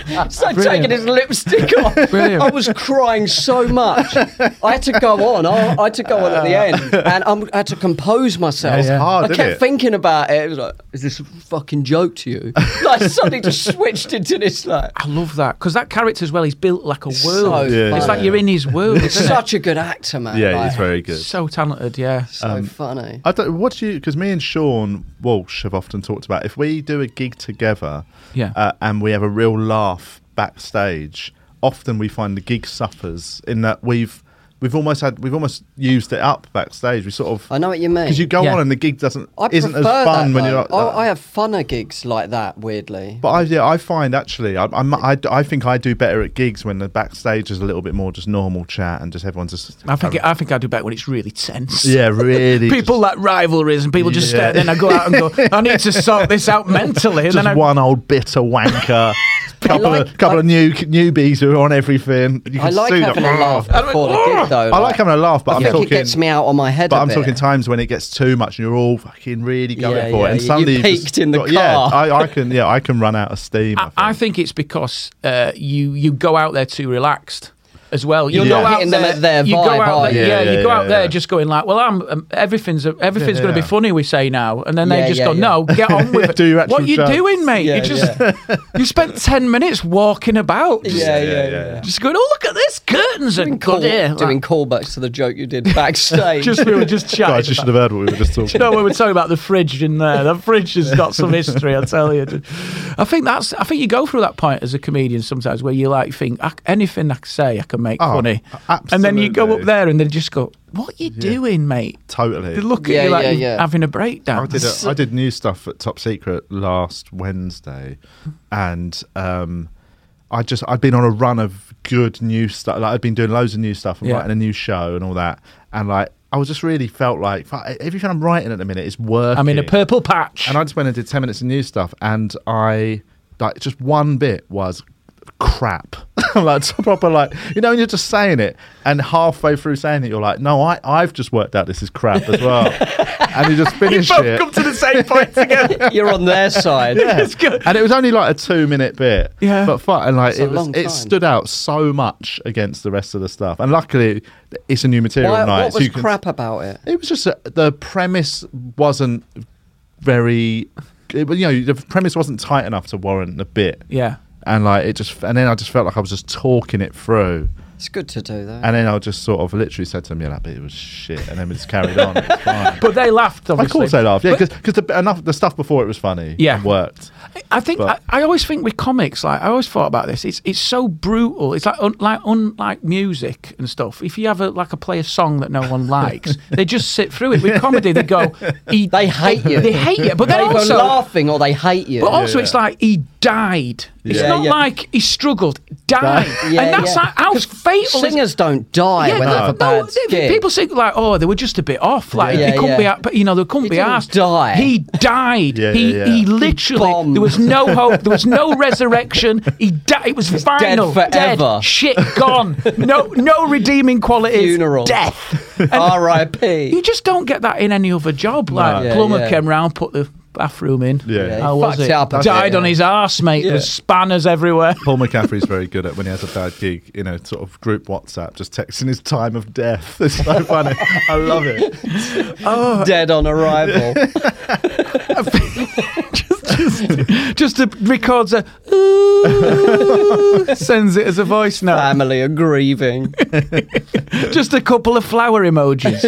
taking Brilliant. his lipstick off. Brilliant. I was crying so much. I had to go on. I, I had to go on at the end, and I'm, I had to compose myself. It's I hard, isn't kept it? thinking about it. It was like, is this a fucking joke to you? like suddenly just switched into this like. I love that because that character as well. He's built like a world. So Yeah. it's funny. like you're in his world. He's isn't such a good actor, man. Yeah, like, he's very um, it? good. so talented. Yeah. so funny. I don't, what do you? Because me and Sean Walsh have often talked about if we do a gig together, Yeah. uh, and we have a real laugh backstage. Often we find the gig suffers in that we've we've almost had we've almost used it up backstage. We sort of I know what you mean. because you go Yeah. on and the gig doesn't I isn't as prefer fun that, when you're. though. Like I, that. I have funner gigs like that. Weirdly, But I, yeah, I find actually, I, I'm, I, I think I do better at gigs when the backstage is a little bit more just normal chat and just everyone's just. I think I think I do better when it's really tense. yeah, really. People just, like rivalries and people just Yeah. stare. Then I go out and go. I need to sort this out mentally. And just then I, one old bitter wanker, couple of like- couple I- of new newbies who are on everything. You I can like see having that- a laugh I don't- before the gig, though. I like having a laugh, but I I'm think talking. it gets me out of my head. but a I'm bit. talking times when it gets too much and you're all fucking really going Yeah, for yeah, it, and you- suddenly you you've just peaked in the got- yeah, car. I, I can yeah I can run out of steam. I, I think it's because uh, you you go out there too relaxed as well. You You're go not out hitting there, them at their you go vibe, out are there, you? yeah, Yeah, you yeah, go out yeah, there yeah. just going like, well, I'm um, everything's everything's Yeah, going to be yeah. funny. We say now, and then Yeah, they just yeah, go, yeah. no, get on with it. Do your what actual you jokes. doing, mate? Yeah, you just you spent ten minutes walking about. Just, Yeah, yeah, yeah. yeah, yeah. Just going, oh look at this curtains Doing, and call, good here. Like, doing callbacks to the joke you did backstage. just we were just chatting. I just about- should have heard what we were just talking. no, we were talking about the fridge in there. The fridge has got some history, I tell you. I think that's. I think you go through that point as a comedian sometimes, where you like think I, anything I can say, I can make Oh, funny, and then you go up absolutely. there and they just go, "What you doing, mate?" Totally. They look Yeah, at you like yeah, you're yeah. having a breakdown. I did, a, I did new stuff at Top Secret last Wednesday, and um, I just I'd been on a run of good new stuff. Like I'd been doing loads of new stuff and Yeah. writing a new show and all that, and like I was just really felt like "Fuck, everything I'm writing at the minute is working. I'm in a purple patch. and I just went and did ten minutes of new stuff, and I like just one bit was crap. like it's proper like you know when you're just saying it, and halfway through saying it, you're like, no, I I've just worked out this is crap as well, and you just finish it. to the same point together. You're on their side. Yeah. And it was only like a two minute bit. Yeah. But fun. And like, a it, was, long time. it stood out so much against the rest of the stuff. And luckily, it's a new material Why, night. what so was you can- crap about it? It was just a, the premise wasn't very. It, you know, the premise wasn't tight enough to warrant the bit. yeah. And like, it just. And then I just felt like I was just talking it through. It's good to do that. And then I just sort of literally said to him, yeah, that bit was shit. And then we just carried on. It was fine. But they laughed. Obviously. Of course they laughed. Yeah, But- because the, enough- the stuff before it was funny. Yeah. It worked. I think I, But- I always think with comics, like I always thought about this. It's it's so brutal. It's like un, like unlike music and stuff. If you have a like a play a song that no one likes, they just sit through it. With comedy, they go, he, They hate you. They hate you. But they then either also, laughing or they hate you. but also, it's like he died. It's Yeah, not yeah. like he struggled. Died, Yeah, and that's yeah. like how 'Cause fatal. is- Singers don't die yeah, when they have a no, bad they- gig. people think like, oh, they were just a bit off. Like Yeah. they couldn't Yeah, be, yeah. out- but you know, they couldn't He be didn't asked. die. He died. Yeah, he yeah, yeah. he He literally. bombed. there was no hope. There was no resurrection. He died. It was final. dead forever. Shit gone. No no redeeming qualities. Funeral. Death. You R.I.P. just don't get that in any other job. Like Yeah, plumber yeah. came round, put the bathroom in. Yeah. Yeah, he How Oh, was fucked it it? up a bit, Died on yeah. his arse, mate. Yeah. There's spanners everywhere. Paul McCaffrey's very good at when he has a bad gig, you know, sort of group WhatsApp, just texting his time of death. It's so funny. I love it. Dead on arrival. just a, records a ooh, sends it as a voice note. Family are grieving. Just a couple of flower emojis.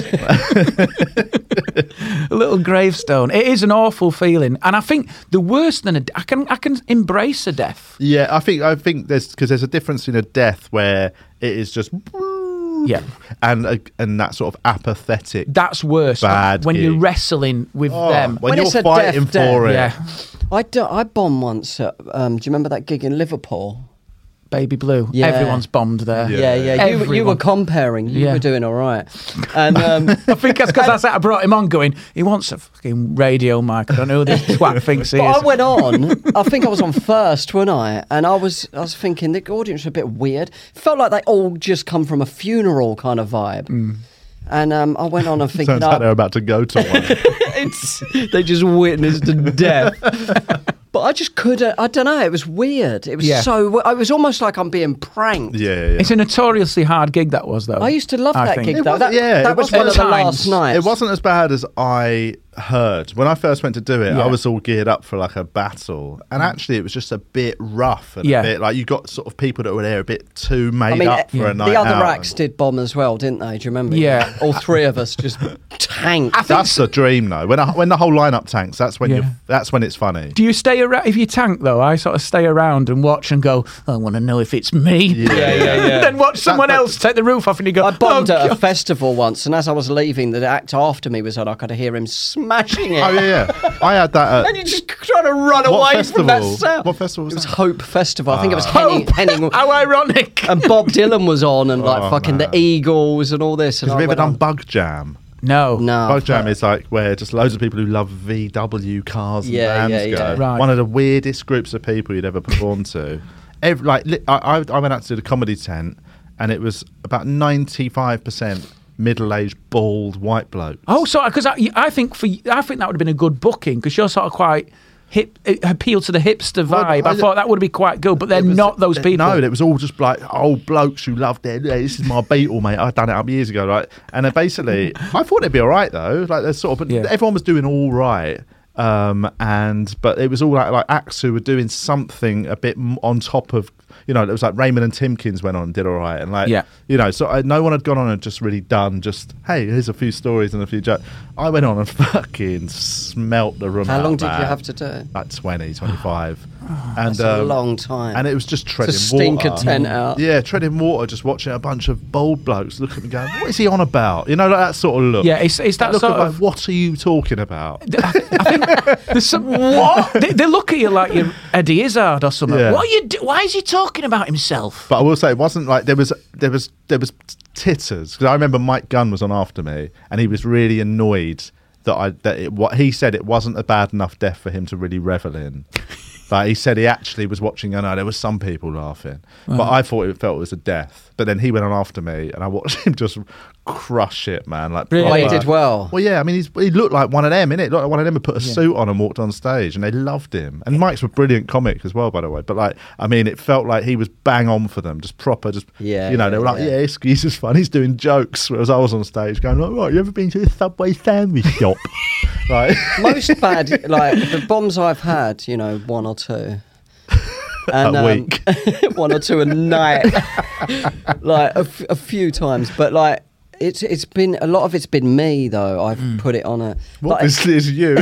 a little gravestone. It is an awful feeling, and I think the worse than a d- I can I can embrace a death. Yeah, I think I think there's because there's a difference in a death where it is just Yeah. and a, and that sort of apathetic. That's worse Bad when you're gig. wrestling with Oh, them. when, When it's you're a death, fighting death, for it. Yeah, I, do, I bombed once at, um, do you remember that gig in Liverpool? baby blue. Yeah. Everyone's bombed there. Yeah. Yeah, yeah. You, were- you were Everyone. comparing. You Yeah. were doing all right. And um, I think that's because that's how I brought him on. Going, he wants a fucking radio mic. I don't know who this twat thinks he But is. I went on. I think I was on first, weren't I? And I was, I was thinking the audience were a bit weird. Felt like they all just come from a funeral kind of vibe. Hmm. And um, I went on and thinking, Turns out oh, they're about to go to one. it's, they just witnessed a death. But I I just couldn't. I don't know. It was weird. It was Yeah. so. It was almost like I'm being pranked. Yeah, yeah, yeah. It's a notoriously hard gig that was, though. I used to love I that think. gig It though. was- that, yeah, that it was was one of the times. last nights. It wasn't as bad as I heard. When I first went to do it, Yeah. I was all geared up for like a battle. And Mm-hmm. actually, it was just a bit rough. And Yeah. a bit like you got sort of people that were there a bit too made I mean, up for eh, a night the other out. acts did bomb as well, didn't they? Do you remember? Yeah. all three of us just tanked. That's the dream, though. When, I, when the whole lineup tanks, that's when Yeah. you that's when it's funny. Do you stay around? If you tank, though, I sort of stay around and watch and go, I want to know if it's me. Yeah, yeah, and then watch someone else take the roof off and you go, I bombed "Oh, at a God." festival once, and as I was leaving, the act after me was on. I could hear him smashing it. Oh yeah, yeah. I had that. At, And you just trying to run away from that festival? sound. What festival was it was that? Ah. Hope Festival. I think it was Henning. Hope! Henning How ironic. Um, and Bob Dylan was on, and like Oh, fucking man. the Eagles and all this. And Have I you ever went done on. Bug Jam? no. No. Bug Jam is like where just loads of people who love VW cars and Yeah, vans yeah, yeah. go. Right. One of the weirdest groups of people you'd ever perform to. Every, like li- I, I I went out to the comedy tent, and it was about ninety five percent middle aged bald white bloke. Oh, so because I, I think for y- I think that would have been a good booking because you're sort of quite hip, it appeal to the hipster Well, vibe. I, I- thought that would be quite good, but they're not those people. No, it was all just like old blokes who loved it. "Yeah, This is my Beatle, mate. I done it up years ago, right? And then basically, I thought it'd be all right though. Like there's sort of, but Yeah. everyone was doing all right. Um, and but it was all like like acts who were doing something a bit m- on top of you know it was like Raymond and Timkins went on and did all right and like Yeah. you know so I, no one had gone on and just really done just hey here's a few stories and a few jokes I went on and fucking smelt the room How out, long did you man. have to do it? like 20 25 and um, That's a long time. and it was just treading stinker water. tent out. Yeah, treading water, just watching a bunch of bold blokes look at me going, "What is he on about?" You know, like that sort of look. Yeah, it's- it's that look sort of, like, of- "What are you talking about?" There's some, what? They, they look at you like you're Eddie Izzard or something. Yeah. What are you? Do- why is he talking about himself? But I will say, it wasn't like there was there was there was titters because I remember Mike Gunn was on after me, and he was really annoyed that I that it, what he said it wasn't a bad enough death for him to really revel in. Like he said, he actually was watching. I know there was some people laughing, but I thought it felt it was a death. But then he went on after me, and I watched him just crush it, man. Like Really? Oh, he proper- did well. Well, yeah. I mean, he's, he looked like one of them, innit? Looked like one of them who put a suit on and walked on stage, and they loved him. And Mike's a brilliant comic as well, by the way. But like, I mean, it felt like he was bang on for them, just proper, just Yeah, You know, they yeah, were like, yeah. yeah, he's, he's just fun. He's doing jokes, whereas I was on stage going, like, right, you ever been to a Subway sandwich shop? like, Most bad, like the bombs I've had, you know, one or two. And, A um, week. one or two a night, like a, f- a few times. But like, it's it's been a lot of it's been me though. I've Mm. put it on a. well, like, obviously, it's you.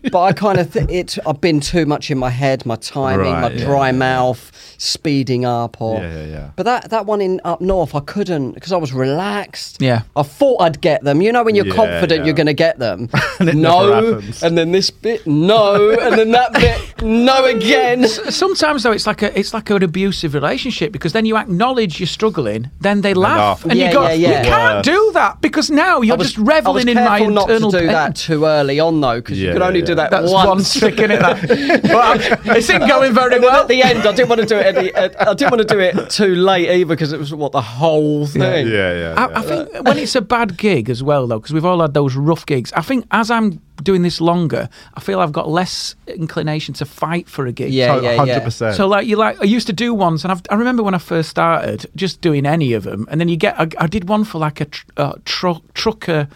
but I kind of think it's I've been too much in my head, my timing, my Right, yeah, dry yeah. mouth, speeding up, or Yeah, yeah, yeah. But that that one in up north, I couldn't because I was relaxed. Yeah. I thought I'd get them. You know when you're Yeah, confident yeah. you're going to get them. And it never no, happens. and then this bit, no, and then that bit, no again. S- Sometimes though, it's like a it's like an abusive relationship because then you acknowledge you're struggling, then they laugh, laugh. and Yeah, you go, yeah, yeah. you can't Worse. do that because now I you're was just reveling I was in my careful not internal to do pain. that too early on though, because you Yeah, can only yeah, do yeah. that That's once. one stick in it. That, but I- it's been going very And then well. at the end, I didn't want to do it. At the, at, I didn't want to do it too late either because it was what the whole yeah, thing. yeah. I, I think when it's a bad gig as well, though, because we've all had those rough gigs. I think as I'm doing this longer, I feel I've got less inclination to fight for a gig. Yeah, yeah, hundred yeah. percent. So like you like I used to do ones, and I've, I remember when I first started just doing any of them, and then you get I, I did one for like a tr- uh, tru- trucker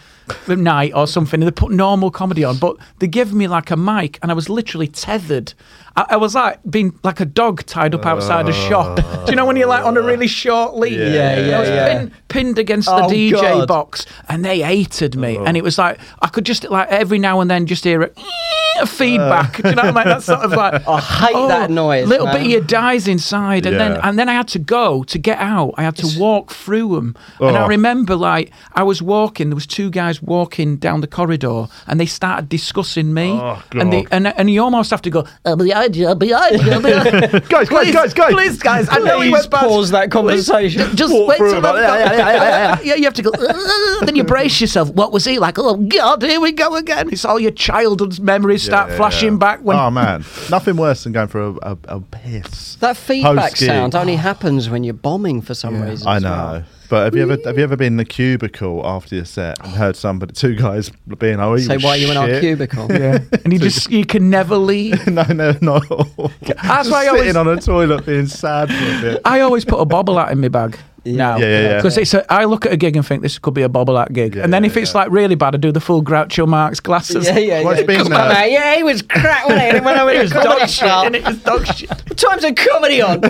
night or something, and they put normal comedy on, but they give me like a mic, and I was literally tethered. I, I was like being like a dog tied up outside a shop. Do you know when you're like on a really short lead? Yeah, Yeah, yeah, I was yeah. Pin, pinned against the Oh, DJ God. box, and they hated me, Oh. and it was like I could just like every now and then just hear it. Feedback, do you know what I mean? That's sort of like I hate that noise, Oh, Little man. bit of your dies inside, and then Yeah. and then I had to go to get out. I had to walk through them, and I Oh. remember like I was walking. There was two guys walking down the corridor, and they started discussing me, Oh, and they, God. and and you almost have to go "I'm behind you, I'm behind you, I'm behind you." guys, guys, Please, guys, guys, please, guys, I know you Please pause that conversation. just Walk wait through till about- I've got- yeah, yeah, yeah, yeah, yeah, you have to go. "Ugh," then you brace yourself. What was he like? Oh God, here we go again. It's all your childhood's memories start flashing back when oh man, nothing worse than going for a, a, a piss. That feedback Post-gig. sound only happens when you're bombing for some reason. I as know. well. But have you ever have you ever been in a cubicle after your set and heard somebody two guys being oh you Say, why are you in our shit." cubicle? yeah, and you just you can never leave. no, no, not at all. That's why I always- sitting on a toilet being sad for a bit. I always put a bobble out in my bag. Now, Yeah, yeah, yeah. because it's a, I look at a gig and think this could be a bobble out gig, Yeah, and then yeah, if it's yeah. like really bad, I do the full Groucho Marx glasses. Yeah, yeah, What's yeah. been Come on, there? mate. Yeah, he was crap when I when I It was was in a comedy dog shit, shop. and it was dog shit. What time's a comedy on? Uh,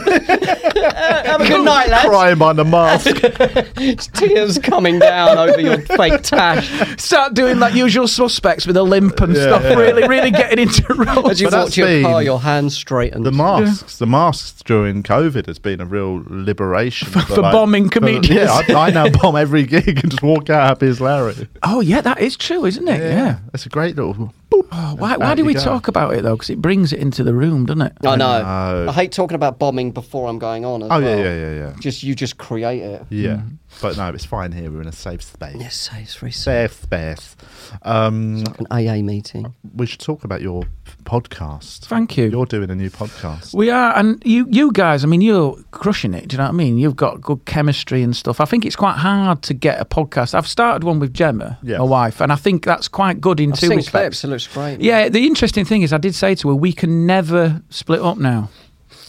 have a good night, lads. Crying behind the mask. Tears coming down over your fake tash Start doing like usual suspects with a limp and Yeah, stuff. yeah. Really, really getting into as roles. you But walk that's to your car, been- your hands straightened. The masks, the masks during COVID has been a real liberation for, bombing comedians. yeah, I, I now bomb every gig and just walk out happy as Larry. Oh yeah, that is true, isn't it? Yeah. that's a great little. Oh, why why Back do you we go. talk about it though? Because it brings it into the room, doesn't it? I know. know. I hate talking about bombing before I'm going on. As Oh yeah, well. yeah, yeah, yeah, Just you just create it. yeah. But no, it's fine here. We're in a safe space. Mm. Yes, so it's very safe. Safe space. Um, An AA meeting. we should talk about your podcast. Thank you. You're doing a new podcast. We are, and you, you guys. I mean, you're crushing it. Do you know what I mean? You've got good chemistry and stuff. I think it's quite hard to get a podcast. I've started one with Gemma, Yeah. my wife, and I think that's quite good in I've two seen respects. clips. It looks great. Yeah, the interesting thing is, I did say to her, we can never split up now,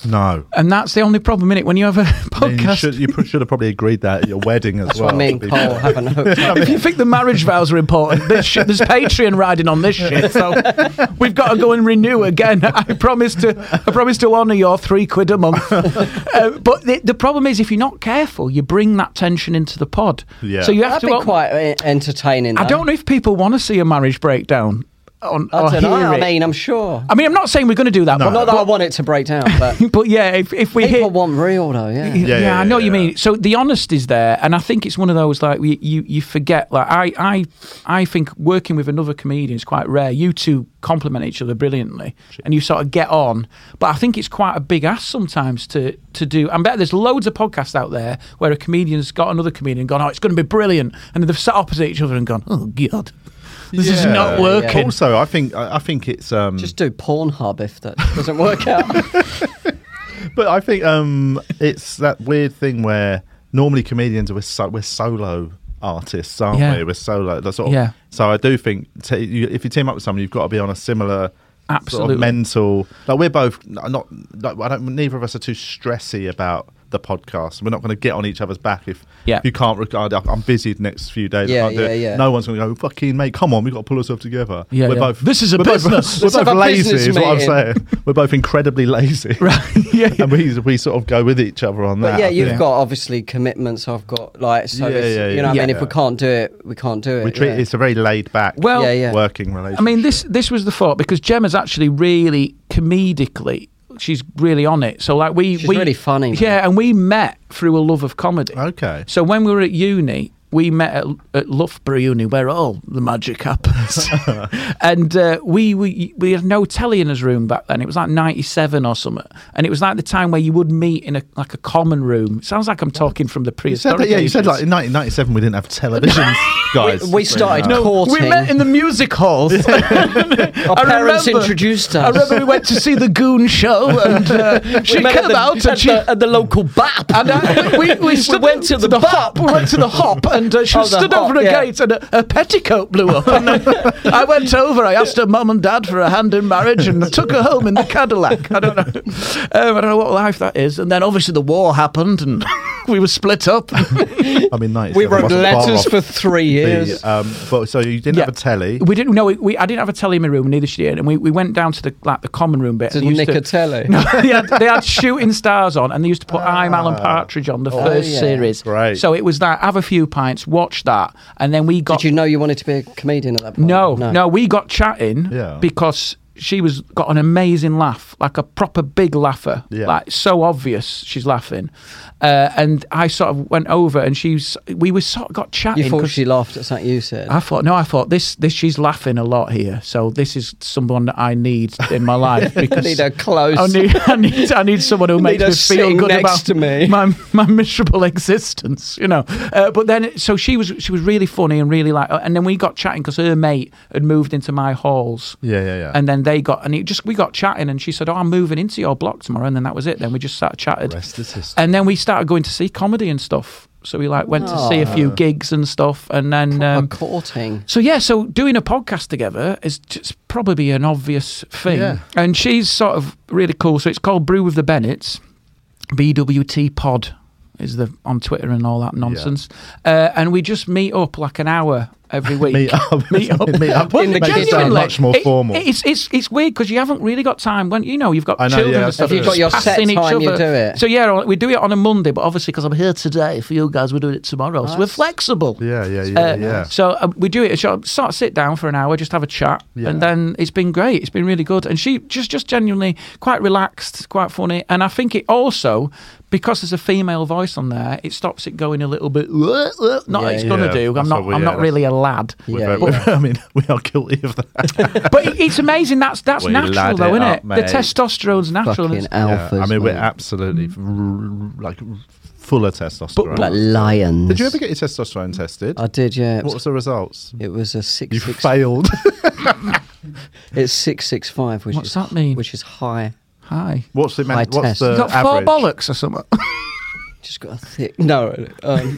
No. and that's the only problem in it. When you have a I mean, You podcast, should, you pr- should have probably agreed that at your wedding as that's well. what me and to be Cole fair. haven't hooked up. if you think the marriage vows are important, this shit, there's Patreon riding on this shit. So we've got to go and renew again. I promise to, I promise to honour your three quid a month. Uh, but the, the problem is, if you're not careful, you bring that tension into the pod. Yeah. So you have That'd to. be open- quite uh, entertaining. I though. don't know if people want to see a marriage breakdown. On, I or don't hear know. I it. mean, I'm sure. I mean, I'm not saying we're going to do that. But, Not that I but, want it to break down, but but yeah, if, if we people hit want real though. Yeah. yeah, yeah, I know yeah, what you yeah. mean. So the honesty's there, and I think it's one of those like you, you you forget. Like I I I think working with another comedian is quite rare. You two complement each other brilliantly, and you sort of get on. But I think it's quite a big ask sometimes to to do. I bet there's loads of podcasts out there where a comedian's got another comedian and gone, oh, it's going to be brilliant, and they've sat opposite each other and gone, oh god, this is Yeah. not working. Also, I think I I think it's um, Just do Pornhub if that doesn't work out. But I think um, it's that weird thing where normally comedians are we're, so, we're solo artists, aren't Yeah. we? We're solo. That's sort of, Yeah. So I do think t- you, if you team up with someone, you've got to be on a similar. Sort Absolutely. of mental. Like we're both n- not. Like, I don't. Neither of us are too stressy about the podcast. We're not going to get on each other's back if, Yeah. if you can't regard. I'm busy the next few days. I Yeah, can't do yeah, it. yeah. No one's going to go. Fucking mate, come on. We've got to pull ourselves together. Yeah, we're yeah. both. This is a we're both- business. we're Let's have both a lazy. business Is what I'm meeting. saying. We're both incredibly lazy. Right, yeah, yeah. And we, we sort of go with each other on that. But yeah, I you've think. got obviously commitments. I've got like so. Yeah, it's- yeah, you know, what yeah. I mean, if we Yeah. can't do it, we can't do it. We treat yeah. it's a very laid back Well, Yeah, yeah. working relationship. I mean, this this was the thought because Gemma's actually really comedically. She's really on it. So like we She's we, really funny, man. Yeah, and we met through a love of comedy. Okay. So when we were at uni, we met at, at Loughborough Uni, where all the magic happens. and uh, we, we we had no telly in his room back then. It was like '97 or something, and it was like the time where you would meet in a like a common room. Sounds like I'm talking from the You said prehistoric. that- yeah, you said like ages. in 1997 we didn't have television, guys. we started No, courting. We met in the music halls. Our I parents remember- introduced I us. remember we went to see the Goon Show, and uh, she We met came at the- out, at and she. the, at the local BAP. and I, we, we, stood- went to the hop. We went to the hop, and uh, she Oh, the stood hop, over a yeah. gate, and her, her petticoat blew up. And uh, I went over. I asked her mum and dad for a hand in marriage, and took her home in the Cadillac. I don't know. Um, I don't know what life that is. And then obviously the war happened, and we were split up. I mean, 97 we wrote wasn't far letters off for three the, years. um, but so you didn't Yeah. have a telly. We didn't. No, we, we, I didn't have a telly in my room. Neither she did. And we, we went down to the like the common room bit. To and used Nicotello. No, they, had, they had shooting stars on, and they used to put I'm Alan Partridge on the first Oh, yeah. series. Ah. Great. So it was that. Have a few pints, watch that, and then we got. Did you know you wanted to be a comedian at that point? no, no, we got chatting Yeah. because she was got an amazing laugh, like a proper big laugher. Yeah. Like so obvious, she's laughing. Uh, and I sort of went over, and she's we were sort of got chatting. You thought 'cause she laughed at something you said. I thought no, I thought this this she's laughing a lot here, so this is someone that I need in my life because need her close. I need, I need, I need someone who Need makes her me feel sitting good next about to me. my my miserable existence, you know. Uh, but then, so she was she was really funny and really like, and then we got chatting because her mate had moved into my halls. Yeah, yeah, yeah. And then they got, and it just we got chatting, and she said, "Oh, I'm moving into your block tomorrow," and then that was it. Then we just sat chatted, Rest is history. and then we started going to see comedy and stuff. So we like went to see a Ah. few gigs and stuff, and then A um, courting. so yeah, so doing a podcast together is just probably an obvious thing, Yeah. and she's sort of really cool. So it's called Brew with the Bennetts, BWT Pod is the on Twitter and all that nonsense, uh, and we just meet up like an hour every week. Meet up. meet up, Meet up. Well, In the Makes it sound genuinely, much more it- formal. it's it's it's weird because you haven't really got time when you know you've got I know, children yeah, and stuff. If you've it's got your just set passing each time, you other. do it. So yeah, we do it on a Monday, but obviously because I'm here today for you guys, we're doing it tomorrow. So we're flexible. yeah, yeah, yeah, Uh, yeah. So uh, we do it. So sort of sit down for an hour, just have a chat, Yeah. and then it's been great. It's been really good, and she just just genuinely quite relaxed, quite funny, and I think it also because there's a female voice on there, it stops it going a little bit. "Wah, wah," Not that it's Yeah, gonna yeah. do. I'm That's not. what we- I'm yeah, not that's- really a lad. We're Yeah, very- yeah. I mean, we are guilty of that. But it- it's amazing. That's that's We natural, lad though, it isn't up, it? mate. The testosterone's natural. Fucking and Yeah, it's- alphas. I mean, we're mate. absolutely r- like full of testosterone. like lions. Did you ever get your testosterone tested? I did, yeah. It what was, was the results? it was a six. You six, failed. It's six six five, which What's is that mean? which is high. Hi. what's the High man, test. what's the You got average? four bollocks or something. Just got a thick. No, um,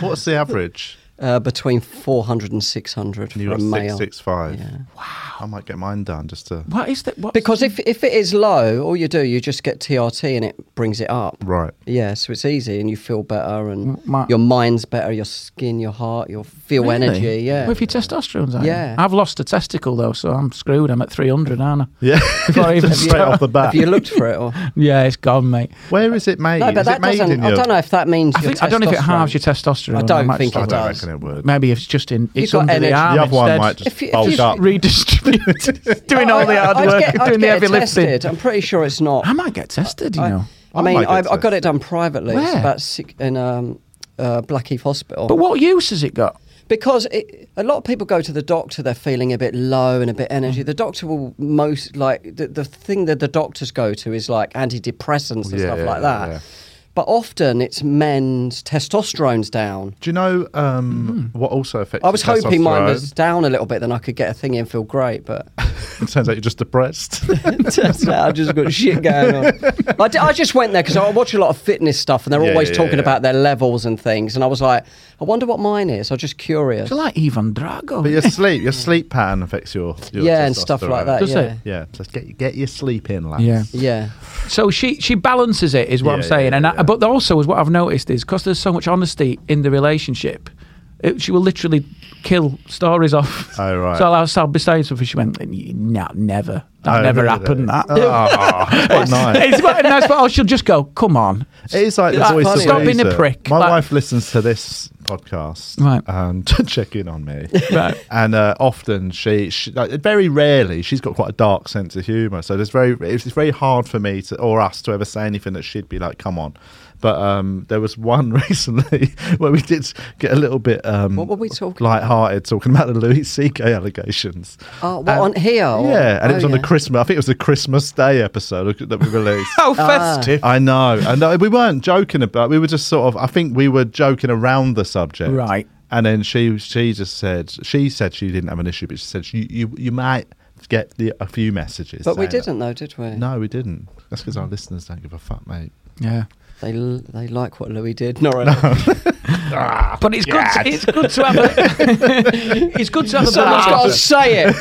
What's the average? uh, between 400 and 600 And for you a got male. six six five. Yeah. Wow. I might get mine done just to what is that? What? Because if if it is low, all you do you just get TRT and it brings it up. right. Yeah, so it's easy and you feel better and My- your mind's better, your skin, your heart, you'll feel Really? energy. Yeah. With your testosterone's out. Yeah. I've lost a testicle though, so I'm screwed. I'm at 300, aren't I? Yeah, Before I even straight off the bat. Have you looked for it? Or? Yeah, it's gone, mate. Where is it made? No, but is that it made doesn't. in I your- don't know if that means. I, your think, I don't know if it testosterone. halves your testosterone. I don't might think stop I it don't does. reckon it would. Maybe it's just in. It's got under the energy. arm. the other one instead. might just If you- if bulge you- up. redistribute, doing all the hard I'd work, Oh, get- I'd doing the get it heavy tested. lifting. I'm pretty sure it's not. I might get tested, you I- know. I, I mean, might get I, I got it tested. done privately. It's Where? about six, in um, uh, Blackheath Hospital. But what use has it got? because it, a lot of people go to the doctor, they're feeling a bit low and a bit energy. The doctor will most like the, the thing that the doctors go to is like antidepressants and Yeah, stuff yeah, like yeah, that. yeah. But often it's men's testosterone's down. Do you know um, what also affects? I was your hoping mine testosterone? was down a little bit, then I could get a thing in and feel great. But Turns out you're just depressed. turns out I've just got shit going on. I, di- I just went there because I watch a lot of fitness stuff, and they're Yeah, always yeah, yeah, talking yeah. about their levels and things. And I was like, I wonder what mine is. I'm just curious. It's like Ivan Drago. but your sleep, your sleep pattern affects your, your yeah, and stuff like testosterone. that. Does yeah. it? Yeah, just get get your sleep in, lads. Yeah. Yeah. So she she balances it, is what I'm Yeah, saying. yeah, and I, yeah. but also is what I've noticed is because there's so much honesty in the relationship, it, she will literally kill stories off. Oh, right. So I'll, I'll be saying something. She went, "No, never. That Oh, never really? happened. That." Oh, what nice. it's quite nice, but oh, she'll just go, "Come on." It is like the That's voice of funny. Stop being a reason. prick. My Like- wife listens to this podcast Right. um, to check in on me, and uh, often she, she like, very rarely she's got quite a dark sense of humor. So there's very it's very hard for me to or us to ever say anything that she'd be like, "Come on." But um, there was one recently where we did get a little bit um, What were we talking about? light-hearted talking about the Louis C.K. allegations. Oh, what, on here or- Yeah, and oh, it was on the yeah. Christmas. I think it was the Christmas Day episode that we released. How Ah. festive! I know, I know. We weren't joking about. We were just sort of. I think we were joking around the subject, Right. And then she she just said she said she didn't have an issue, but she said you you, you might get the, a few messages. But we saying that. didn't, though, did we? No, we didn't. That's because our listeners don't give a fuck, mate. Yeah, They l- they like what Louis did. No, Ah, but it's good. To, it's good to have. A, it's good to have a someone's got to balance. say it.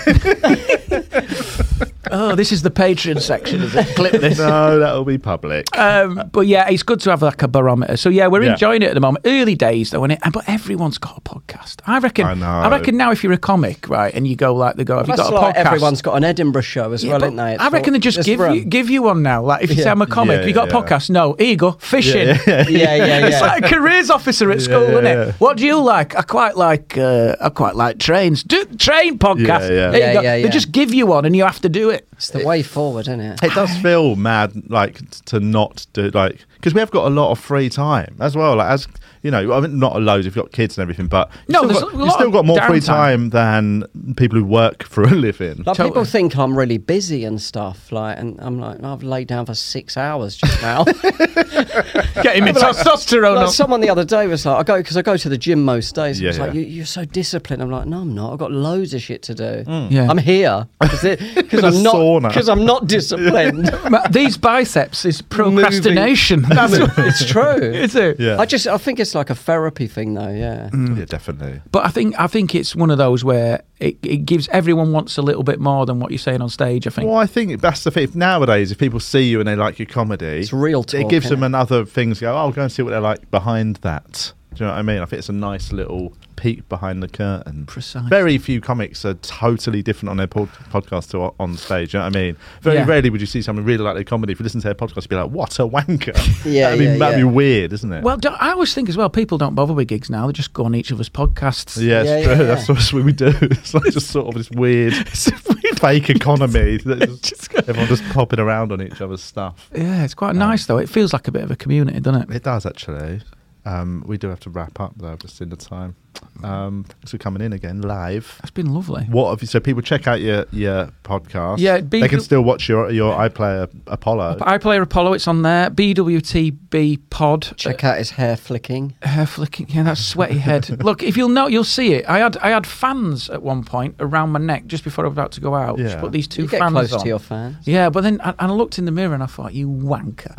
oh, this is the Patreon section. Is it? Clip this. no, that'll be public. Um, but yeah, it's good to have like a barometer. So yeah, we're Yeah. enjoying it at the moment. Early days though, innit? and but everyone's got a podcast. I reckon. I know. reckon now if you're a comic, right, and you go like they go, have That's you got a like podcast? everyone's got an Edinburgh show as Yeah, well, but isn't they? It's I reckon all- they just this give room. you, give you one now. Like if you say Yeah. I'm a comic, Yeah, you got a yeah. podcast? No, here you go, fishing. Yeah, yeah, It's yeah. like a careers officer at school, yeah, isn't yeah. it? What do you like? I quite like uh, I quite like trains. Do train podcast. Yeah, yeah. There Yeah, you go. yeah, They yeah. just give you one and you have to do it. it's the way forward, isn't it? It does feel mad, like t- to not do like because we have got a lot of free time as well. Like as you know, I mean, not a loads if you've got kids and everything, but you've No, still there's got, a you've lot still of got more free downtime. time than people who work for a living. Like Totally. people think I'm really busy and stuff, like, and I'm like, I've laid down for six hours just now. Getting my testosterone like up. someone the other day was like, I go because I go to the gym most days. Yeah, Yeah, it's like yeah. you, you're so disciplined. I'm like, no, I'm not. I've got loads of shit to do. Yeah. I'm here because With a I'm not Mm. sauna. because I'm not disciplined. Ma- These biceps is procrastination. That's what- it's true. is it? Yeah, Mm. I just I think it's like a therapy thing though. Yeah. yeah, definitely. But I think I think it's one of those where it, it gives everyone wants a little bit more than what you're saying on stage. I think. Well, I think that's the thing. If nowadays, if people see you and they like your comedy, It's real It talk, gives innit? them another thing to go. Oh, I'll go and see what they're like behind that. Do you know what I mean? I think it's a nice little peek behind the curtain. Precisely. Very few comics are totally different on their pod- podcast to o- on stage. You know what I mean? Very Yeah. rarely would you see someone really like their comedy. If you listen to their podcast, you'd be like, "What a wanker!" Yeah, that'd be, yeah, that'd be yeah. weird, isn't it? Well, do- I always think as well, people don't bother with gigs now. They just go on each other's podcasts. yeah, it's Yeah, true. yeah, yeah. That's what we do. It's like just sort of this weird fake economy. that just, everyone just popping around on each other's stuff. Yeah, it's quite nice though. It feels like a bit of a community, doesn't it? It does actually. Um, we do have to wrap up though, just in the time. Um, thanks for coming in again live. It's been lovely. What have you? So people check out your your podcast. Yeah, be- they can still watch your your iPlayer Apollo. I play Apollo. It's on there. BWTB Pod. Check out his hair flicking. Hair flicking. Yeah, that sweaty head. Look, if you'll know, you'll see it. I had I had fans at one point around my neck just before I was about to go out. Just Yeah. put these two You get fans close on. to your fans. Yeah, but then I, and I looked in the mirror and I thought, you wanker.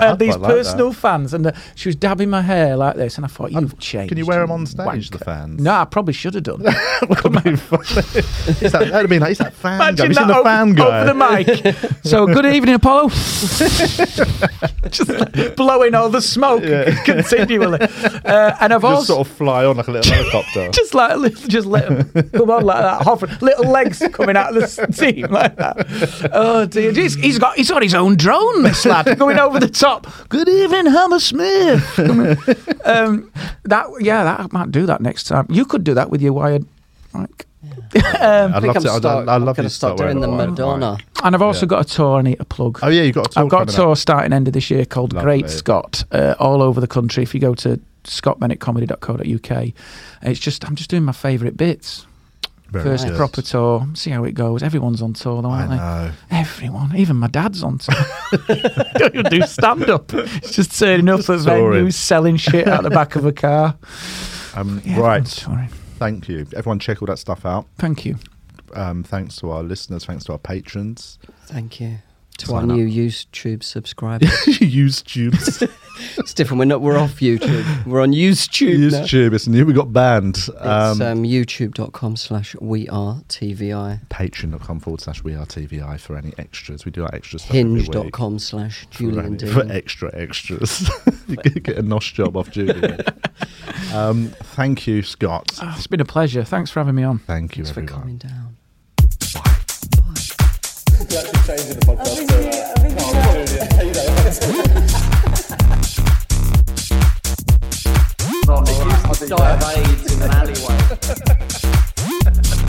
I had these quite like personal fans, and uh she was dabbing my hair like this, and I thought, you've changed. Can you wear them on you stage? The wanker." fans. No, I probably should have done. That'd be funny. It's that, that'd be like, it's that fan guy. Have you seen the over, fan guy? over the mic. so, good evening, Apollo. Just like blowing all the smoke continually. Uh, and I've just also. sort of fly on like a little helicopter. just like li- just let 'em come on like that, hover, little legs coming out of the steam like that. Oh dear, he's, he's got he's got his own drone, this lad, going over the top. Good evening, Hammersmith. um, that yeah, that I might do that next time. You could do that with your wired mic. um, I'd I think love I'm to. I'd, start- I'd I'm love you gonna to start, start doing the wearing a white Madonna. mic. and I've also Yeah. got a tour. I need a plug. Oh yeah, you got a tour. I've got a coming tour up. starting end of this year called Lovely. Great Scott uh, all over the country. If you go to scottbennettcomedy.co.uk, it's just I'm just doing my favourite bits. Very First good. proper tour. See how it goes. Everyone's on tour, though, I aren't know. they? Everyone, even my dad's on tour. Don't even do stand up. It's just turning up at touring. venues, selling shit out the back of a car. Um, Yeah, everyone's right. touring. Thank you. Everyone, check all that stuff out. Thank you. um, thanks to our listeners, thanks to our patrons. Thank you. To Sign our up. new YouTube subscribers. YouTube. it's different. We're not. We're off YouTube. We're on YouTube. now. YouTube. It's new. We got banned. It's Um, um, youtube.com slash we are TVI. Patreon.com forward slash we are TVI for any extras. We do our extra stuff. every week. Hinge.com slash Julian for, for Dean. extra extras. you could get a nosh job off Julian. um, thank you, Scott. Ah, it's been a pleasure. Thanks for having me on. Thank you, Thanks for everyone. coming down. I died of AIDS in an alleyway.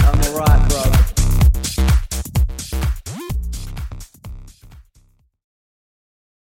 I'm alright, bro.